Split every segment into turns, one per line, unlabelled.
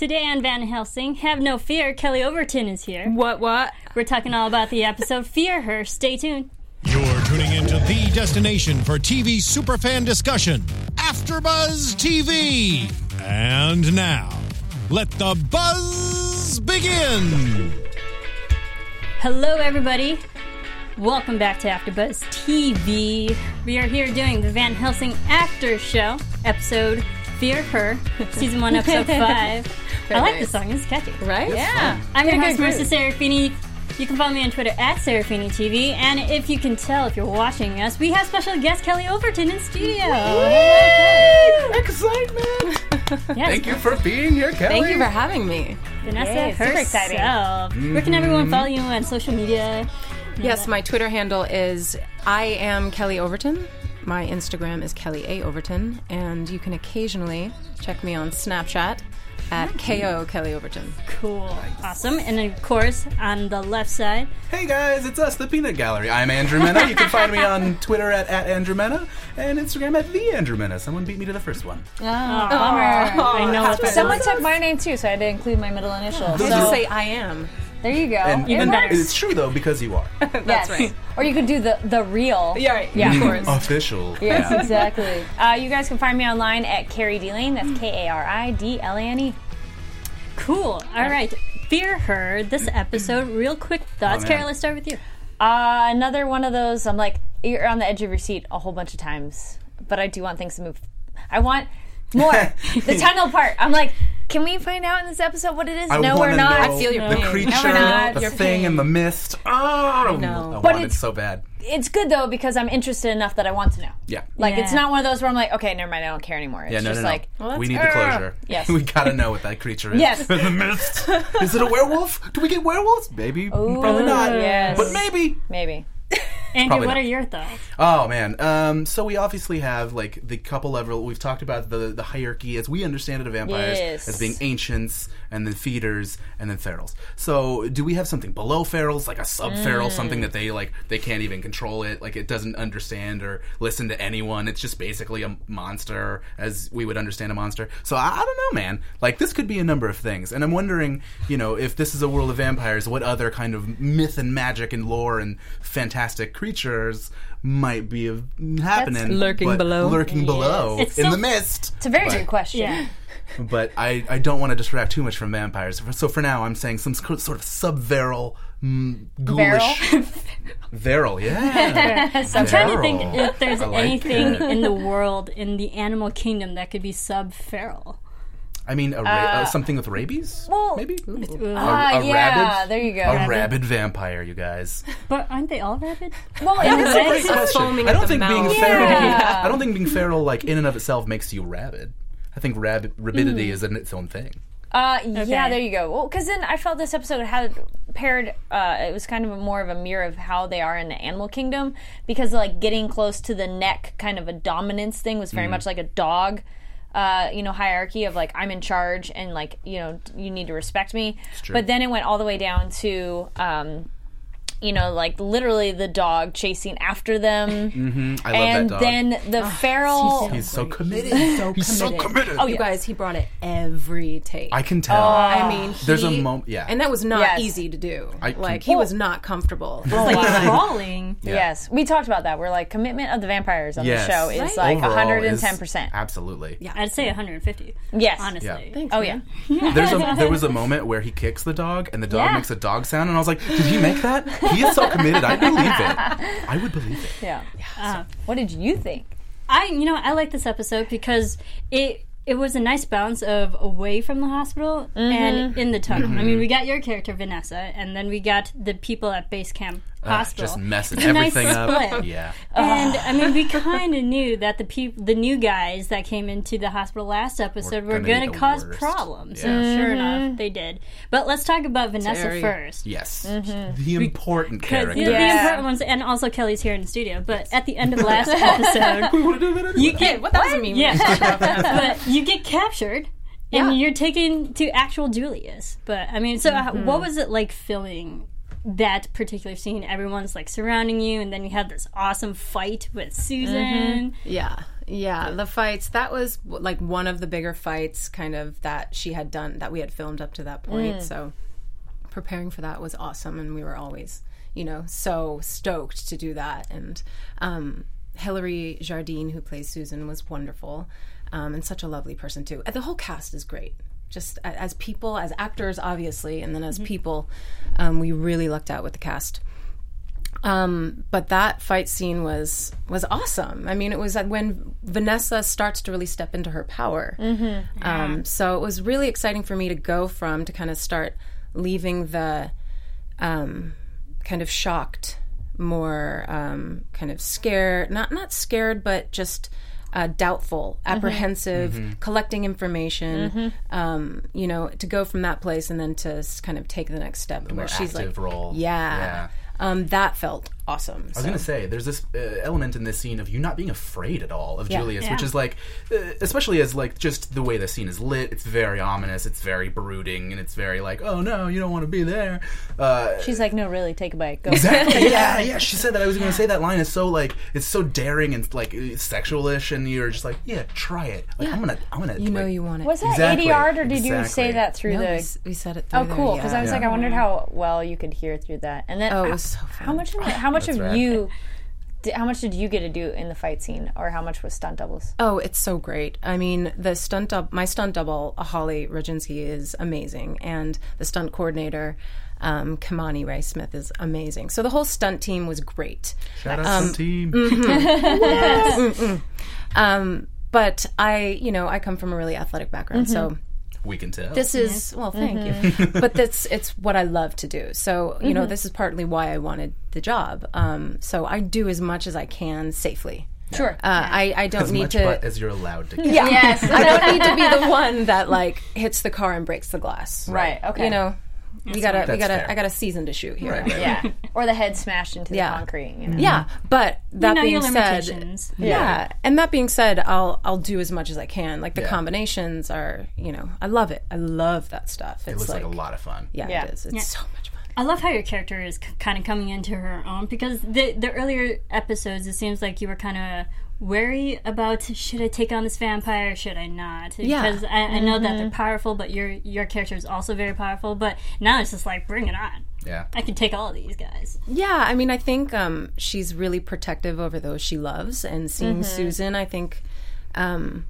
Today on Van Helsing, have no fear, Kelly Overton is here.
What, what?
We're talking all about the episode Fear Her. Stay tuned.
You're tuning into the destination for TV superfan discussion, AfterBuzz TV. And now, let the buzz begin.
Hello, everybody. Welcome back to AfterBuzz TV. We are here doing the Van Helsing Actor Show, episode Fear Her, season one, episode five. I
Very
like
nice.
this song; it's catchy.
Right? Yeah.
I'm your host,
Pretty good
Marissa Serafini. You can follow me on Twitter at Serafini TV, and if you can tell, if you're watching us, we have special guest Kelly Overton in studio.
Excitement!
Yes,
Thank you for being here, Kelly.
Thank you for having me.
Vanessa
Yay, super exciting.
herself. Where
Mm-hmm.
can everyone follow you on social media?
Yes, my Twitter handle is I am Kelly Overton. My Instagram is Kelly A Overton, and you can occasionally check me on Snapchat at KO Kelly Overton.
Cool, awesome, and of course on the left side.
Hey guys, it's us, the Peanut Gallery. I'm Andrew Mena. You can find me on Twitter at, at Andrew Mena and Instagram at the Andrew Mena. Someone beat me to the first one.
Oh,
Bummer. I know what that
Someone
is.
took my name too, so I had to include my middle initial.
You
So
just say I am.
there you go.
And,
It
and
works.
it's true though because you are
yes.
right.
Or you can do the the real.
Yeah, right. yeah, of course.
Mm, official.
Yes,
Yeah.
exactly. Uh, you guys can find me online at Carrie D Lane. That's K A R I D L A N E.
Cool. All right. Fear her. This episode. Real quick thoughts,
Oh, man.
Carol. Let's start with you.
Uh, another one of those. I'm like, you're on the edge of your seat a whole bunch of times, but I do want things to move. I want more. the tunnel part. I'm like, can we find out in this episode what it is?
I
no,
wanna
we're not.
Know
I feel your
the
pain.
creature,
No, we're not.
the
Your
thing,
pain.
and the mist. Oh, I,
know.
I
But
wanted
it's-
so bad.
It's good though because I'm interested enough that I want to know.
Yeah.
Like
Yeah.
it's not one of those where I'm like, okay, never mind, I don't care anymore. It's
yeah, no,
just
no, no.
like
we need the
that's-
closure.
Yes.
we gotta know what that creature is.
Yes.
the mist. Is it a werewolf? Do we get werewolves? Maybe. Probably not.
yes.
But maybe.
maybe.
Andrew,
Probably
what
not.
are your thoughts?
Oh man. Um, so we obviously have like the couple level. We've talked about the the hierarchy as we understand it of vampires
Yes.
as being ancients and then feeders and then ferals. So do we have something below ferals, like a sub feral,
Mm.
something that they like they can't even control it, like it doesn't understand or listen to anyone. It's just basically a monster as we would understand a monster. So I, I don't know, man. Like this could be a number of things, and I'm wondering, you know, if this is a world of vampires, what other kind of myth and magic and lore and fantastic creatures might be of, happening
lurking
but
below.
lurking below
It's
in
so-
the mist
It's a very
But-
good question.
Yeah.
but I, I don't want to distract too much from vampires. So for now, I'm saying some sc- sort of subveral, mm, ghoulish. Veral, yeah.
I'm trying to think
uh,
Feral.
if there's
I like
anything
it.
in the world in the animal kingdom that could be sub-feral.
I mean, a ra- uh, something with rabies?
well,
maybe? A,
Ah,
a
yeah,
rabid-
there you go.
A rabid vampire, you guys.
But aren't they all rabid?
Well, in this
Right?
case, uh,
Question.
foaming
I
at
don't
the
think being
mouth.
feral.
Yeah.
I don't think being feral, like in and of itself, makes you rabid. I think rabid rabidity
Mm.
is in its own thing.
uh, yeah,
Okay.
there you go. Well, because then I felt this episode had paired. Uh, it was kind of a, more of a mirror of how they are in the animal kingdom because like getting close to the neck, kind of a dominance thing, was very
Mm-hmm.
much like a dog. Uh, you know, hierarchy of like I'm in charge and like you know you need to respect me.
true.
But then it went all the way down to. Um, you know, like literally the dog chasing after them,
I love that
and
dog.
then the feral.
He's so committed. He's so committed.
Oh, you guys, he brought it every take.
I can tell.
Oh.
I mean,
There's a
he-
moment. Yeah.
and that was not
Yes.
easy to do.
I can-
like he was not comfortable.
Like crawling.
Yes, we talked about that. We're like commitment of the vampires on
Yes.
the show is like
Overall
hundred and
is-
ten percent.
Absolutely. Yeah.
I'd say 150.
Yes,
Honestly.
Yeah.
Oh yeah,
There's a, there was a moment where he kicks the dog, and the dog
Yeah.
makes a dog sound, and I was like, "Did he make that? He is so committed. I believe it. I would believe it."
yeah. what did you think?
I you know I like this episode because it it was a nice balance of away from the hospital and in the tunnel. I mean,
Mm-hmm.
we got your character Vanessa, and then we got the people at base camp hospital.
Uh, Just messing
a nice
everything up.
split.
Yeah.
and I mean, we kind of knew that the peop- the new guys that came into the hospital last episode were,
gonna be
going to
the
cause
worst.
problems.
Yeah.
And sure enough, they did. But let's talk about Vanessa
Terry.
first.
Yes. The important
Because
character.
you know, the
Mm-hmm. Yeah.
important ones, and also Kelly's here in the studio. But at the end of last episode, you get
What that doesn't mean?
yeah, but you get captured and
Yeah. Mm-hmm.
you're taken to actual Julius. But I mean, so uh, what was it like filming that particular scene, everyone's like surrounding you, and then you have this awesome fight with Susan.
Yeah. Yeah, the fights. That was like one of the bigger fights, kind of that she had done that we had filmed up to that point. So preparing for that was awesome, and we were always, you know, so stoked to do that. And um, Hilary Jardine, who plays Susan, was wonderful um, and such a lovely person too. And the whole cast is great. Just a- as people, as actors, obviously, and then as people, um, we really lucked out with the cast. Um, but that fight scene was was awesome. I mean, it was like when Vanessa starts to really step into her power. Mm-hmm. Um, so it was really exciting for me to go from to kind of start leaving the um, kind of shocked, more um, kind of scared, not not scared, but just uh, doubtful, apprehensive, collecting information. Um, you know, to go from that place and then to s- kind of take the next step where she's like,
active role.
yeah.
Yeah.
Um, that felt awesome.
I was
So-
gonna say, there's this uh, element in this scene of you not being afraid at all of
Yeah.
Julius, which
Yeah.
is like, uh, especially as like just the way the scene is lit. It's very ominous. It's very brooding, and it's very like, oh no, you don't want to be there. Uh,
She's like, no, really, take a bite. Go.
Exactly. yeah, yeah. She said that. I was going to say that line is so like it's so daring and like sexualish, and you're just like, yeah, try it. Like I'm gonna, I'm gonna.
You know
like-
you want it.
Was that
Exactly,
ADR or did you
exactly.
say that through
No, we,
the?
s- we said it.
Oh,
through
cool.
there,
Because
yeah.
I was like, I wondered how well you could hear through that, and then
Oh, it
I-
was so
How
fun.
much? Of, how much of
rad.
you? di- How much did you get to do in the fight scene, or how much was stunt doubles?
Oh, it's so great. I mean, the stunt dub, my stunt double, Holly Regency, is amazing, and the stunt coordinator, um, Kamani Ray Smith, is amazing. So the whole stunt team was great. mm-hmm.
Shout out to the team.
Um, but I, you know, I come from a really athletic background,
Mm-hmm.
so
We can tell.
this is well thank
Mm-hmm.
you but that's it's what i love to do so you know this is partly why i wanted the job um, so i do as much as i can safely
Sure.
uh, I, I don't
as
need
much
to
butt as you're allowed to. Get.
yeah. yes i don't need to be the one that like hits the car and breaks the glass
right. Okay.
you know we gotta we
That's
gotta
fair.
i got a season to shoot here
Right.
Yeah. or the head smashed into
Yeah.
the concrete. You know.
yeah but that
Mm-hmm. You know
being
your
said
limitations.
yeah. And that being said, I'll I'll do as much as I can. Like the combinations are, you know, I love it. I love that stuff. It's
It looks like, a lot of fun.
Yeah,
Yeah.
it is. It's so much fun.
I love how your character is c- kind of coming into her own because the the earlier episodes, it seems like you were kind of wary about should I take on this vampire, should I not?
Yeah. Mm-hmm.
Because I, I know that they're powerful, but your your character is also very powerful. But now it's just like bring it on.
Yeah.
I can take all of these guys.
Yeah, I mean, I think um, she's really protective over those she loves, and seeing
Mm-hmm.
Susan, I think, um,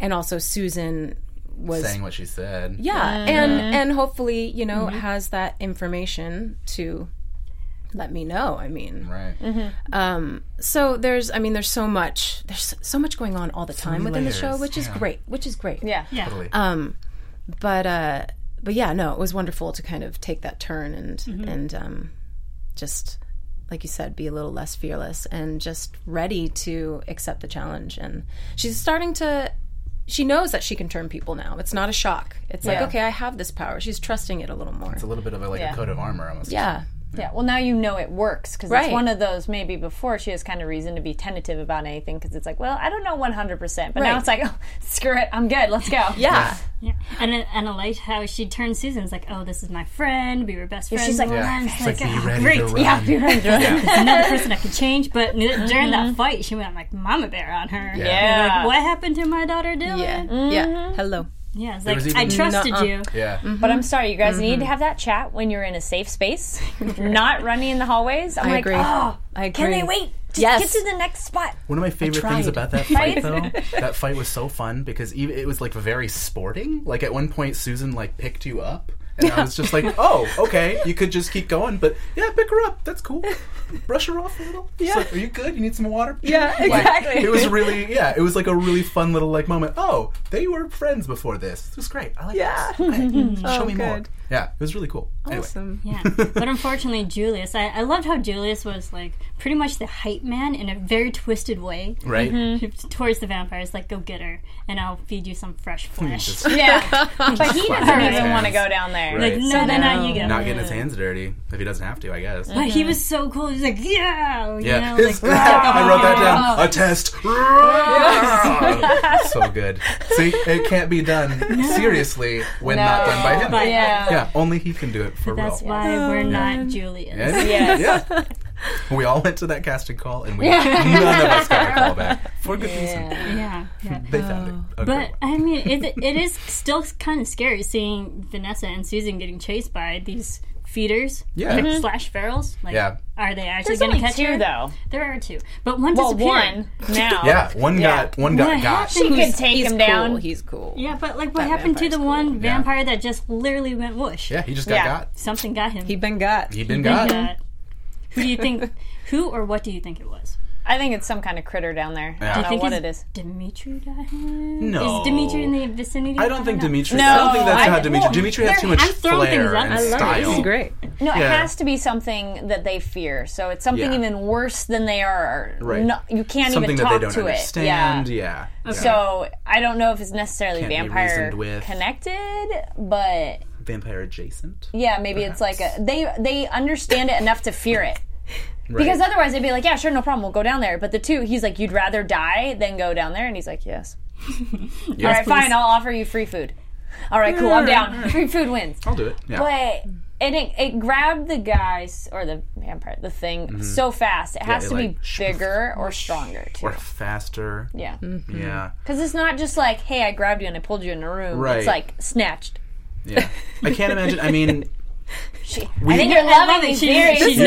and also Susan was
Saying what she said.
yeah, and and hopefully you know
Mm-hmm.
has that information to let me know. I mean,
Right.
so there's I mean there's so much there's so much going on all the time
many
within the
layers,
show, which is
yeah.
great, which is great.
Yeah.
Yeah.
Totally.
but uh but yeah no it was wonderful to kind of take that turn and and um just like you said be a little less fearless and just ready to accept the challenge and she's starting to she knows that she can turn people now it's not a shock it's
Yeah.
like okay i have this power she's trusting it a little more
it's a little bit of a, like a coat of armor almost.
yeah
Yeah. Well, now you know it works because
Right.
it's one of those. Maybe before she has kind of reason to be tentative about anything because it's like, well, I don't know one hundred percent, but
Right.
now it's like, oh, screw it, I'm good. Let's go.
yeah
Yeah. And I- and I like how she turns Susan's like, oh, this is my friend. We were best friends.
she's like,
and
Yeah.
then
It's like, be
"Oh,
ready
great.
to run.
Yeah. You're right. Yeah.
There's another person I could change, but n- during that fight, she went like mama bear on her.
Yeah.
Like, what happened to my daughter Dylan?
yeah yeah hello
Yeah, it's like
was even-
I trusted
Nuh-uh.
you.
Yeah.
But I'm sorry, you guys need to have that chat when you're in a safe space, not running in the hallways. I'm
I
like,
agree.
oh,
I agree.
can they wait? Just
Yes.
get to the next spot.
One of my favorite things
tried.
about that
Right?
fight, though, that fight was so fun because even, it was like very sporting. Like at one point, Susan like picked you up, and I was just like, "Oh, okay, you could just keep going." But yeah, pick her up. That's cool. Brush her off a little. Yeah. Like, Are you good? You need some water?
Yeah,
Like,
exactly.
it was really yeah. It was like a really fun little like moment. Oh, they were friends before this. This was great. I like
Yeah.
this. Okay, Show
Oh,
me more.
good.
Yeah, it was really cool. Anyway.
awesome
Yeah, but unfortunately, Julius. I, I loved how Julius was like pretty much the hype man in a very twisted way
Right?
Mm-hmm. towards the vampires. Like, go get her, and I'll feed you some fresh flesh.
Just
Yeah, but he doesn't
Right.
even want to go down there.
Right.
Like, no, then not you go.
Not getting his hands dirty if he doesn't have to, I guess.
but he was so cool. He was like, yeah, you
Yeah,
know,
His-
like,
I wrote that down. A test. so good. See, it can't be done seriously when not done by him.
Yeah.
Yeah, only he can do it. for
That's
real.
why we're not Julian.
Yeah.
Yes.
Yeah. We all went to that casting call, and we none of us got a call back for good reason.
Yeah. yeah.
They found it. A
But
great one.
I mean, it, it is still kind of scary seeing Vanessa and Susan getting chased by these feeders,
Yeah.
like
Mhm.
slash ferals. Like,
Yeah.
are they actually going
Mm-hmm. There's
to
only
catch
two
her?
though.
There are two, but one
Well,
disappeared.
one now.
yeah, one got one got
What
got.
happened?
She
Who's-
could take
He's
him down.
cool. He's cool.
Yeah, but like, what happened to the
vampire's cool.
one vampire that just literally went whoosh?
Yeah, he just got
Yeah.
got.
Something got him.
He been got.
He been
Thank
got.
God. Who do you think? Who or what do you think it was?
I think it's some kind of critter down there.
Yeah. Do
I don't
you
know
think
what it
it's-
is.
Dimitri got him.
No.
Is Dimitri in the vicinity?
I don't think
know.
Dimitri. I don't think that's
No,
how
I-
Dimitri.
well,
Dimitri has too much
I'm throwing things
flair
up.
and
I love it.
style.
This is
Great.
No, it
Yeah.
has to be something that they fear. So it's something
Yeah.
even worse than they are.
Right.
No, you can't
Something
even
that
talk
they don't
to
understand.
it.
Yeah. yeah.
So I don't know if it's necessarily
Can't be
vampire
reasoned with.
connected, but
vampire adjacent.
yeah, maybe it's like a they they understand it enough to fear it. Because
Right.
otherwise they'd be like, yeah, sure, no problem, we'll go down there. But the two, he's like, you'd rather die than go down there, and he's like, yes. All right, fine, I'll offer you free food. All right, cool, I'm down. Free food wins.
I'll do it. Yeah.
But and it, it grabbed the guys or the vampire the thing so fast. It has
Mm-hmm. it,
to
like,
be
sh-
bigger or stronger too.
or faster. Mm-hmm.
yeah,
Yeah.
because it's not just like, hey, I grabbed you and I pulled you in a room.
Right.
It's like snatched.
Yeah. I can't imagine. I mean,
She, I think you're
I love
loving
it.
these
She-
very.
this
She's
is
so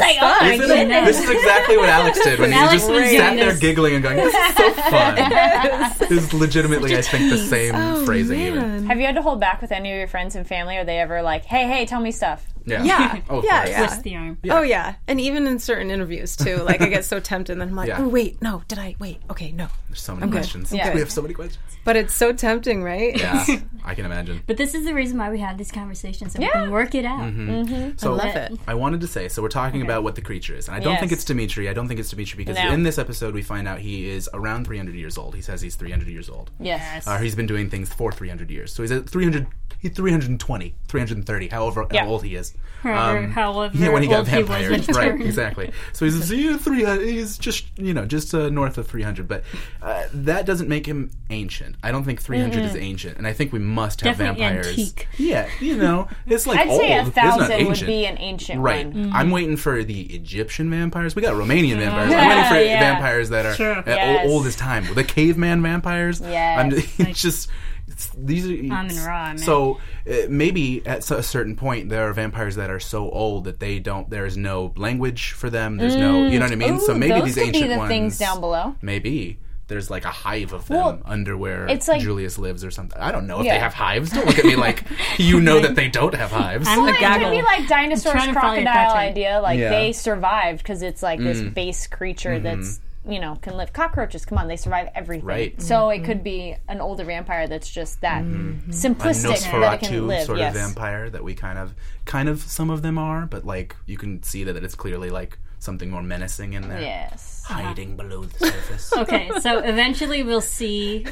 like, oh my
Isn't it-
goodness.
this is exactly what Alex did when
Alex
he just
was
sat
doing
there
this.
giggling and going, "This is so fun." It's legitimately, I think, the same
Oh,
phrasing. Even.
Have you had to hold back with any of your friends and family? Are they ever like, hey, hey, tell me stuff?
Yeah.
Yeah.
Oh, of
yeah.
course.
Yeah.
Twist the arm.
Oh yeah, and even in certain interviews too. Like I get so tempted, and then I'm like,
Yeah.
oh wait, no, did I wait? Okay, no.
There's so many questions.
Yeah.
We have so many questions.
But it's so tempting, right?
Yeah. I can imagine.
But this is the reason why we have these conversations so we
Yeah.
can work it out.
Mm-hmm. So
Love it.
I wanted to say, so we're talking about what the creature is, and I don't think
Yes.
it's Dimitri. I don't think it's Dimitri because
No.
in this episode we find out he is around 300 years old. He says he's 300 years old.
Yes.
Uh, he's been doing things for 300 years. So he's at 300, he 320, 330, however
Yeah.
how old he is.
However- however
Um, yeah, when he got
old he was
vampired,
when he
right?
turned.
Exactly. So he's he's three. uh, He's just you know just uh, north of 300, but uh, that doesn't make him ancient. I don't think 300 is ancient, and I think we must have
Definitely
vampires.
antique.
Yeah, you know, it's like
I'd
old.
say a
It's not
thousand would
ancient.
be an ancient
Right.
one.
Mm-hmm.
I'm waiting for the Egyptian vampires. We got Romanian vampires. I'm
Yeah,
waiting for
yeah.
vampires that are
Sure.
at
Yes.
o- old as time. The caveman vampires.
Yes.
I'm just, it's just it's, these are
and Ra, man.
so uh, maybe at s- a certain point there are vampires that are so old that they don't there is no language for them. There's no you know what I mean. so
Mm. Ooh,
maybe
those
these
could be
ancient
the
ones
things down below.
Maybe. There's like a hive of them
Well,
under where
it's like-
Julius lives or something. I don't know if
Yeah.
they have hives. Don't look at me like you know that they don't have hives.
I'm a
Well, It could be
gaggle.
like dinosaurs,
trying to follow your
crocodile
pattern.
idea. Like
Yeah.
they survived because it's like this base creature
Mm-hmm.
that's you know can live. Cockroaches, come on, they survive everything.
Right.
So
Mm-hmm.
it could be an older vampire that's just that simplistic that it can
Nosferatu
live.
sort
yes.
of vampire that we kind of, kind of, some of them are, but like you can see that it's clearly like something more menacing in there,
Yes.
hiding below the surface.
okay, so eventually we'll see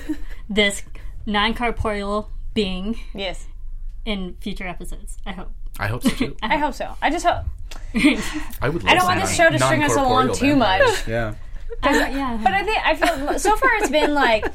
this non-corporeal being
Yes.
in future episodes. I hope.
I hope so too.
I
Uh-huh.
hope so. I just hope.
I would. Love
I don't want this show to string us along too much.
Yeah,
I, yeah.
But I think I feel so far it's been like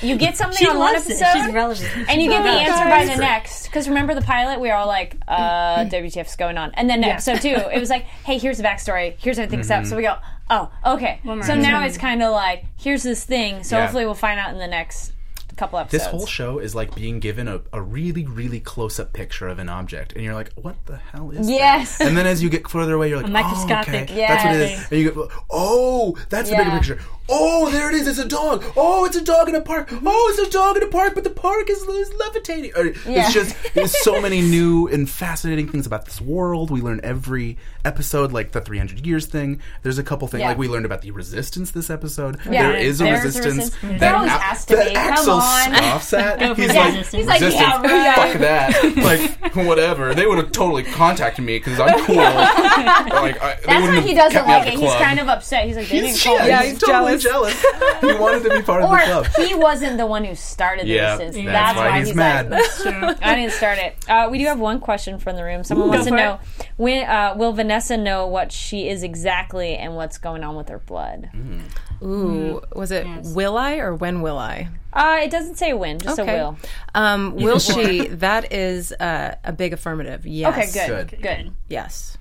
you get something
she
on one
loves it.
episode.
She's relevant.
And you get the answer by the
Great. Mm-hmm.
next. Because remember the pilot, we were all like, uh, WTF's going on. And then episode two, it was like, hey, here's the backstory. Here's how things up. So we go, oh, okay.
more
So
episode.
now it's kind of like, here's this thing. So
Yeah.
hopefully we'll find out in the next couple episodes.
this whole show is like being given a, a really, really close-up picture of an object, and you're like, "What the hell is?" that?"
Yes.
And then as you get further away, you're like,
microscopic,
Oh, okay. That's what it
yeah.
is. And you go, "Oh, that's the
Yeah.
bigger picture. Oh, there it is. It's a dog. Oh, it's a dog in a park. Oh, it's a dog in a park, but the park is, is levitating. Or,
Yeah.
It's just there's so many new and fascinating things about this world. We learn every episode, like the 300 years thing. There's a couple things
Yeah.
like we learned about the resistance this episode.
Yeah.
There is a
There's a
resistance.
resistance.
that
There always
Al-
has to
that
be. Come
Axel
on.
scoffs at.
for
He's
the
like,
resistance. He's
like,
resistance.
yeah, right.
Fuck that. Like, whatever. They would have totally contacted me because I'm cool. like, I, they wouldn't
That's why
have
he doesn't
kept me out
like
of
it.
the
He's
club.
kind of upset. He's like, they didn't
He's,
call
yeah,
me.
Yeah,
he's,
he's
totally
jealous.
jealous. he wanted to be part of the
Or
club.
he wasn't the one who started the
Yeah,
resistance.
that's
That's
why
why
he's
he's
mad.
like, I didn't start it. Uh, we do have one question from the room. Someone wants to
for
know When, uh, will Vanessa know what she is exactly and what's going on with her blood? Mm-hmm.
Ooh, was it will I or when will I?
Uh, it doesn't say when, just a will.
Um, will she? That is uh, a big affirmative. Yes.
Okay, good,
Good.
good.
Yes.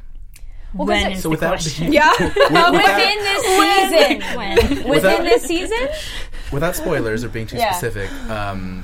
Well, 'cause
When
it-
is the
So without
question?
Yeah.
without,
within this season,
When?
within this season,
without spoilers or being too
Yeah.
specific, um,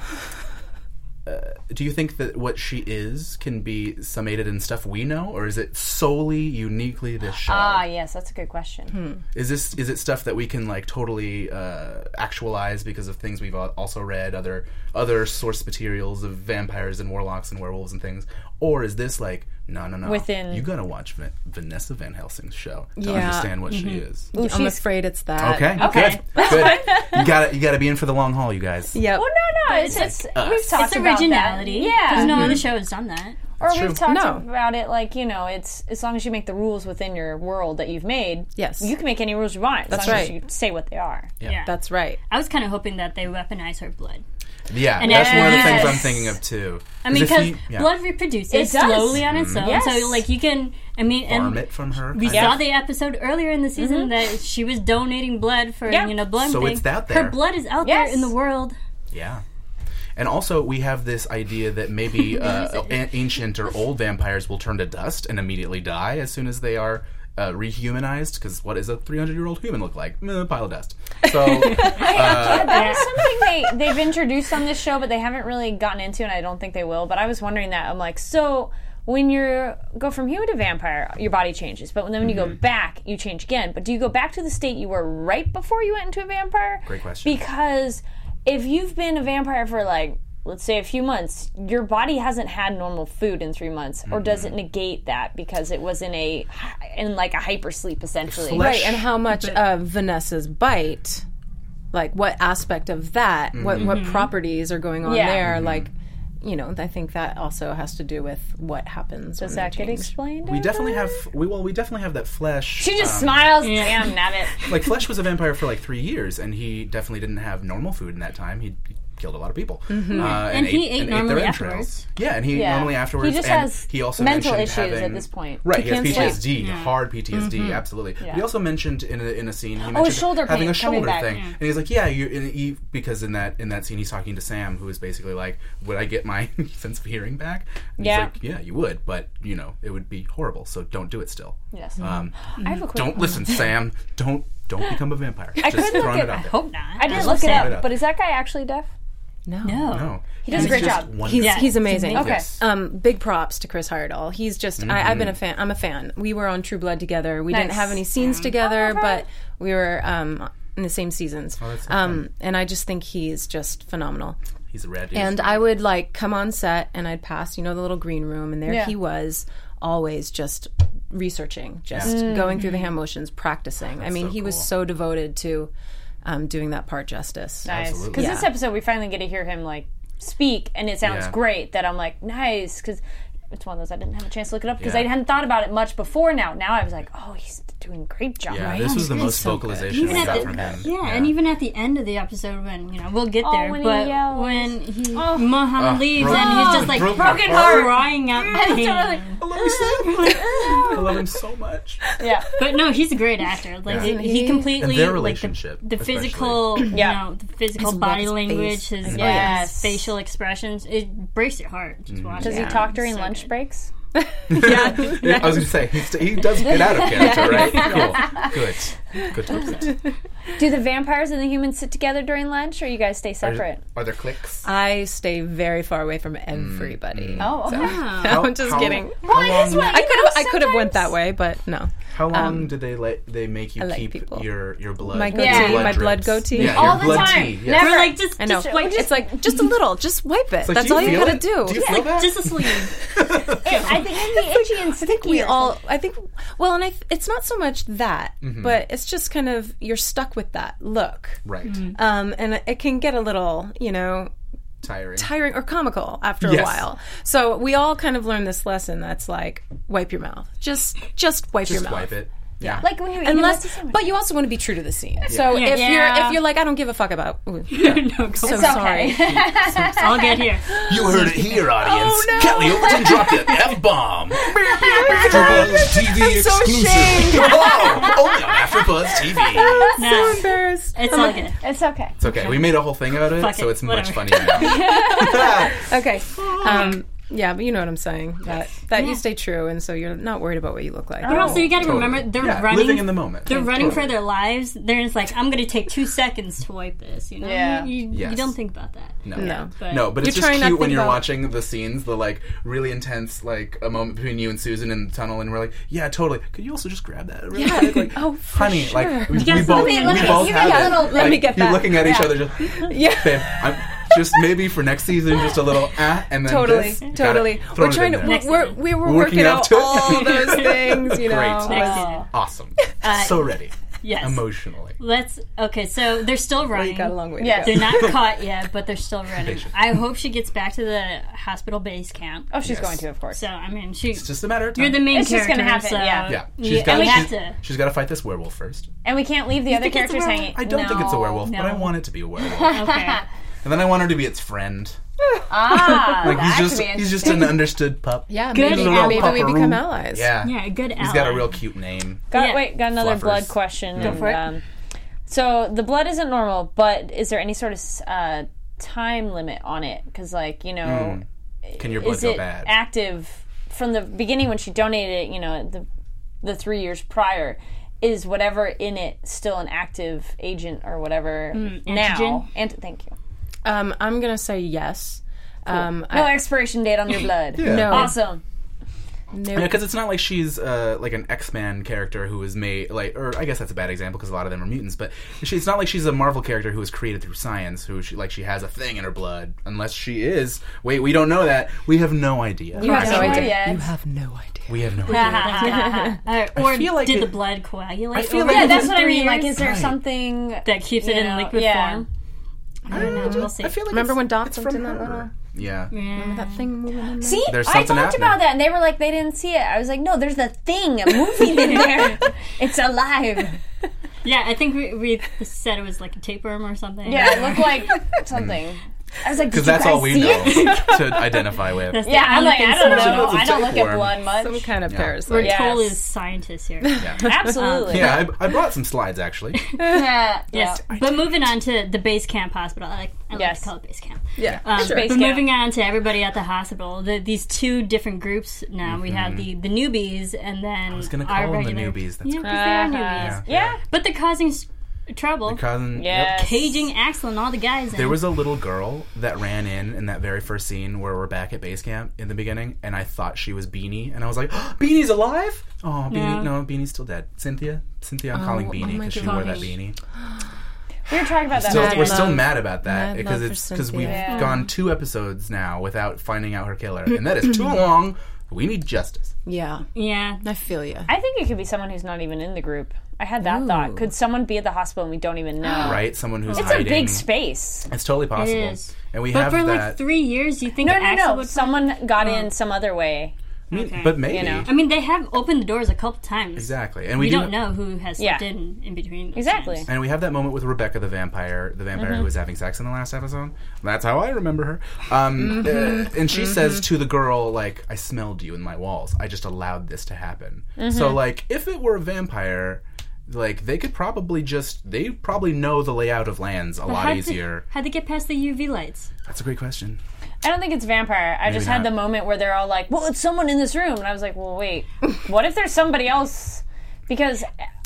uh, do you think that what she is can be summated in stuff we know, or is it solely uniquely this show?
ah, yes, that's a good question.
Hmm.
Is this is it stuff that we can like totally uh, actualize because of things we've al- also read other other source materials of vampires and warlocks and werewolves and things, or is this like no no no
Within-
you gotta watch Van- Vanessa Van Helsing's show to
Yeah.
understand what she is.
Ooh,
I'm
she's-
afraid it's that.
Okay,
Okay.
good, good. you got to You got to be in for the long haul, you guys.
Yep.
Well, Oh, no, no, it's, it's, we've talked
It's
about
originality.
That. Yeah,
Because no
Mm-hmm.
other show has done that.
or we've
true.
talked
No.
about it like you know, it's as long as you make the rules within your world that you've made.
Yes.
you can make any rules you want. As
That's
long as
right.
you say what they are.
Yeah.
That's right.
I was kind of hoping that they weaponize her blood.
Yeah, that's one of the things
Yes.
I'm thinking of too.
I mean, because blood reproduces
It does. Mm-hmm.
slowly on its own.
Yes.
So, like, you can, I mean,
farm
and
it from her.
we
kind
saw
of.
the episode earlier in the season that she was donating blood for,
Mm-hmm. Yeah.
you know, blood
So
thing.
it's out there.
Her blood is out
Yes.
there in the world.
Yeah. And also, we have this idea that maybe uh, an- ancient or old vampires will turn to dust and immediately die as soon as they are uh, rehumanized. Because what is a 300 year old human look like? Mm, A pile of dust. So,
That
Uh,
is something they, they've introduced on this show, but they haven't really gotten into, and I don't think they will. But I was wondering that. I'm like, so when you go from human to vampire, your body changes. But then when you go
Mm-hmm.
back, you change again. But do you go back to the state you were right before you went into a vampire?
Great question.
Because if you've been a vampire for like, let's say a few months, your body hasn't had normal food in three months, or does
Mm-hmm.
it negate that because it was in a in like a hyper sleep essentially?
Flesh-
Right. And how much of Vanessa's bite, like what aspect of that, what
Mm-hmm.
what properties are going on
Mm-hmm. Yeah.
there, like. You know, I think that also has to do with what happens.
Does that get explained?
we definitely have, we well, we definitely have that flesh.
She just
um,
smiles. Damn, nabbit.
Like, Flesh was a vampire for like three years, and he definitely didn't have normal food in that time. He he killed a lot of people.
Mm-hmm.
Uh, and,
he ate
their
normally
entrails.
afterwards.
Yeah, and he
Yeah.
normally afterwards.
He just
and
has
he also
mental
mentioned
issues
having-
at this point.
Right, he,
can't
has
sleep.
PTSD, hard PTSD, absolutely. But he also mentioned in a, in a scene he mentioned
shoulder
having
pain
a
coming
shoulder
back.
thing, and he's like, "Yeah, you." And he, because in that in that scene, he's talking to Sam, who is basically like, "Would I get my sense of hearing back?" And
Yeah.
he's like, "Yeah, you would, but you know, it would be horrible. So don't do it still.
Yes.
Um,
I have a quick.
don't listen, Sam. Don't don't become a vampire. Just
could look
throwing
at-
it out there.
Hope not.
Oh, I didn't look it
it
up,
up.
but is that guy actually deaf?
No.
No.
no, he
does a great job.
He's, he's amazing.
Okay.
Yes.
Um, big props to Chris Hardall. He's just I, I've been a
Mm-hmm.
fan. I'm a fan. We were on True Blood together. We didn't
Nice. Mm-hmm. Oh,
have any scenes together, but we were um, in the same seasons.
Oh, that's so
um, and I just think he's just phenomenal.
He's a rad dude.
And I would like come on set and I'd pass, you know, the little green room, and there
Yeah.
he was, always just researching, just going through the hand motions, practicing. I mean,
so
he was
cool.
so devoted to um, doing that part justice.
Nice.
Absolutely.
Because this episode, we finally get to hear him like speak, and it sounds
Yeah.
great. That I'm like, nice, because it's one of those I didn't have a chance to look it up because
Yeah.
I hadn't thought about it much before. Now, now I was like, oh, he's doing a great job.
yeah, this was the most vocalization we
Even at
got
the-
from him.
Yeah, and even at the end of the episode, when you know we'll get there,
when he
but
yells.
when he
Oh.
Muhammad
Ah,
leaves
broken-
and he's just like
broken
broken
heart.
heart, crying out. pain.
I love you so much. I love him so much.
Yeah.
But no, he's a great actor. Like
Yeah.
he, he completely
And their
like
relationship,
the- the,
especially.
physical,
Yeah.
you know, the physical
His
body
wet
language, his
face.
yeah.
yes,
Yes.
facial expressions. It breaks your heart just
Mm.
watching.
Does
it.
he talk during
So
lunch
good.
breaks?
I was going to say he, st- he does get out of character, right? Cool. Good. Good. Good. good.
Do the vampires and the humans sit together during lunch, or you guys stay separate?
Are there clicks?
I stay very far away from everybody.
Oh, okay.
How-
I'm just
Mm. how-
kidding.
How long,
I could have I could have went that way, but no.
how long did they let they make you
Um, like
keep
people.
your your blood?
My
your
goatee,
blood
my blood
drips?
goatee.
Yeah,
All
your
the
blood
time.
Tea, yes.
Never.
We're like just,
I know.
just wipe,
it's like just a little, just wipe it.
Like,
That's
do
all you
feel
gotta
it?
do.
Do you feel that?
just a sleeve.
I think it'd be itchy and sticky.
we
or
all i think well and I, th- it's not so much that
Mm-hmm.
but it's just kind of you're stuck with that look
right.
um, and it can get a little you know
Tiring.
tiring or comical after a
Yes.
while so we all kind of learned this lesson that's like wipe your mouth just just wipe your
Just
mouth
wipe it. Yeah.
Like when you eat a
Unless,
Nazi sandwich.
but you also want to be true to the scene. So
Yeah.
if you're
Yeah.
if you're like, I don't give a fuck about. Ooh,
no, go.
so
It's okay.
sorry.
I'll get here.
You heard it
Oh,
here, audience. Kelly Overton dropped an F bomb.
AfterBuzz TV exclusive.
Whoa! Only on AfterBuzz TV.
No,
embarrassed.
it's all good.
it's okay.
It's okay. We made a whole thing about it,
Fuck
so
it,
it's much
whatever.
funnier now.
Okay. Um, yeah, but you know what I'm saying. That that you stay true, and so you're not worried about what you look like.
But also, you got to
Totally.
remember they're
Oh, Yeah,
running
living in the moment.
They're running for
Totally.
their lives. They're just like, I'm going to take two seconds to wipe this. You know,
Yeah.
you, you
Yes.
don't think about that.
No.
No.
But
No, but it's
You're
just
trying not
cute
to
when
think
you're
about-
watching the scenes, the like really intense, like a moment between you and Susan in the tunnel, and we're like, yeah, totally. Could you also just grab that? Really yeah. Like,
Oh, for
honey, like we, we
Yes,
both,
let me- let
we
me-
both
you
have
got
it.
a little- let
Like,
me get
You're
that.
looking at each
Yeah.
other, just
Yeah.
babe. I'm just maybe for next season, just a little ah, and then
Totally,
this. Got it.
totally.
Thrown
We're
it
trying
in
to.
there.
Next
We're,
season.
we were
We're
working,
working up
out
to it.
all those things, you know.
Great.
Next
Oh.
season. Uh,
awesome. so ready
Yes.
emotionally.
Let's. Okay, so they're still running.
You got a long way
Yeah.
to
They're
go.
not caught yet, but they're still running.
Patient.
I hope she gets back to the hospital base camp.
Oh, she's
Yes.
going to, of course.
So I mean, she.
It's just a matter of time.
you're the main
It's just
character.
gonna happen,
so
yeah.
Yeah,
you-
she's got.
we
She's,
have to.
she's got to fight this werewolf first.
And we can't leave the other
think it's a
characters
werewolf?
hanging.
I don't think it's a
No.
werewolf, but I
no.
want it to be a werewolf.
Okay.
and then I want her to be its friend.
Ah,
Like
that
he's
could
just
be
he's just an understood pup.
Yeah,
Good
maybe,
little
maybe we
pupperoon.
become allies.
Yeah.
yeah, a good.
He's got a real cute name.
Got
Yeah.
wait, got another
Fluffers.
blood question. and,
for it.
Um, so the blood isn't normal, but is there any sort of uh, time limit on it? Because like you know,
Can your Hmm, blood
is
go
it
bad?
active from the beginning when she donated it? You know, the the three years prior. Is whatever in it still an active agent or whatever now?
antigen?
And thank you.
Um, I'm gonna say yes. Um,
No
I,
expiration date on your blood.
no,
Awesome.
no.
Yeah, because it's not like she's uh, like an X Man character who was made like, or I guess that's a bad example because a lot of them are mutants. But she, it's not like she's a Marvel character who was created through science, who she like she has a thing in her blood. Unless she is. Wait, we don't know that. We have no idea.
You have
No
no
idea.
idea.
Yes.
You have no idea.
We have no idea.
or
feel like
did
it-
the blood coagulate?
feel
over
like
the
Yeah, that's what I
three
mean. Like,
years?
is there
Right.
something
that keeps it
you
in
know,
liquid
yeah.
form. I don't know. We'll see.
I feel like
Remember
it's-
when Doc
it's
jumped
from
in that
her.
little-
Yeah.
yeah.
That thing moving in there.
See,
There's
I
something
talked
happening.
about that, and they were like, they didn't see it. I was like, no, there's the thing moving in there. it's alive.
Yeah, I think we, we said it was like a tapeworm or something.
Yeah, it looked like something. I was like, did
Because
you
that's
guys
all we
see
know
it?
to identify with.
That's the
Yeah, I'm
only
like,
thing
I don't
so-
know.
It's a
I don't look at
tapeworm.
blood much.
Some kind of parasite.
We're
Yes.
totally scientists here.
Absolutely.
Yeah, I, I brought some slides actually.
Yeah.
Yes. But moving on to the base camp hospital. I like, I like
Yes.
to call it base camp.
Yeah,
Um,
sure.
Base
but
camp.
moving on to everybody at the hospital, the, these two different groups now. We have the, the newbies and then I was
Mm-hmm. gonna
our
call them the
regular,
newbies. That's
yeah, 'cause
Uh-huh.
they are newbies.
Yeah. Yeah.
But they're causing s- trouble.
Cousin.
Yes.
Caging Axel and all the guys.
There
in.
was a little girl that ran in in that very first scene where we're back at base camp in the beginning, and I thought she was Beanie, and I was like, "Beanie's alive? Oh, Beanie, no, Beanie's still dead. Cynthia, Cynthia, I'm calling
oh
Beanie
my
because she wore that
gosh.
beanie.
We were talking about that.
So
earlier.
we're still
love-
mad about that
mad
because
love for
it's because
Cynthia.
we've
Yeah.
gone two episodes now without finding out her killer, and that is too long. We need justice.
Yeah,
yeah.
I feel you.
I think it could be someone who's not even in the group. I had that thought. Could someone be at the hospital and we don't even know?
Right? Someone who's
It's a
hiding.
big space.
It's totally possible.
is.
And we
But
have
for
that.
like three years, you think
No, no,
Axel
no.
would
Someone got in some other way.
okay.
But maybe.
You know.
I mean, they have opened the doors a couple times.
Exactly. And we
We
do
don't know who has slept
Yeah.
in in between. those
Exactly.
times.
And we have that moment with Rebecca the vampire, the vampire
Mm-hmm.
who was having sex in the last episode. That's how I remember her. Um,
Mm-hmm.
uh, and she says to the girl, like, I smelled you in my walls. I just allowed this to happen.
Mm-hmm.
So, like, if it were a vampire, like, they could probably just, they probably know the layout of lands a lot
How'd
easier.
They, how'd they get past the UV lights?
That's a great question.
I don't think it's vampire. I just had
not.
the moment where they're all like, "Well, it's someone in this room," and I was like, "Well, wait, what if there's somebody else?" Because,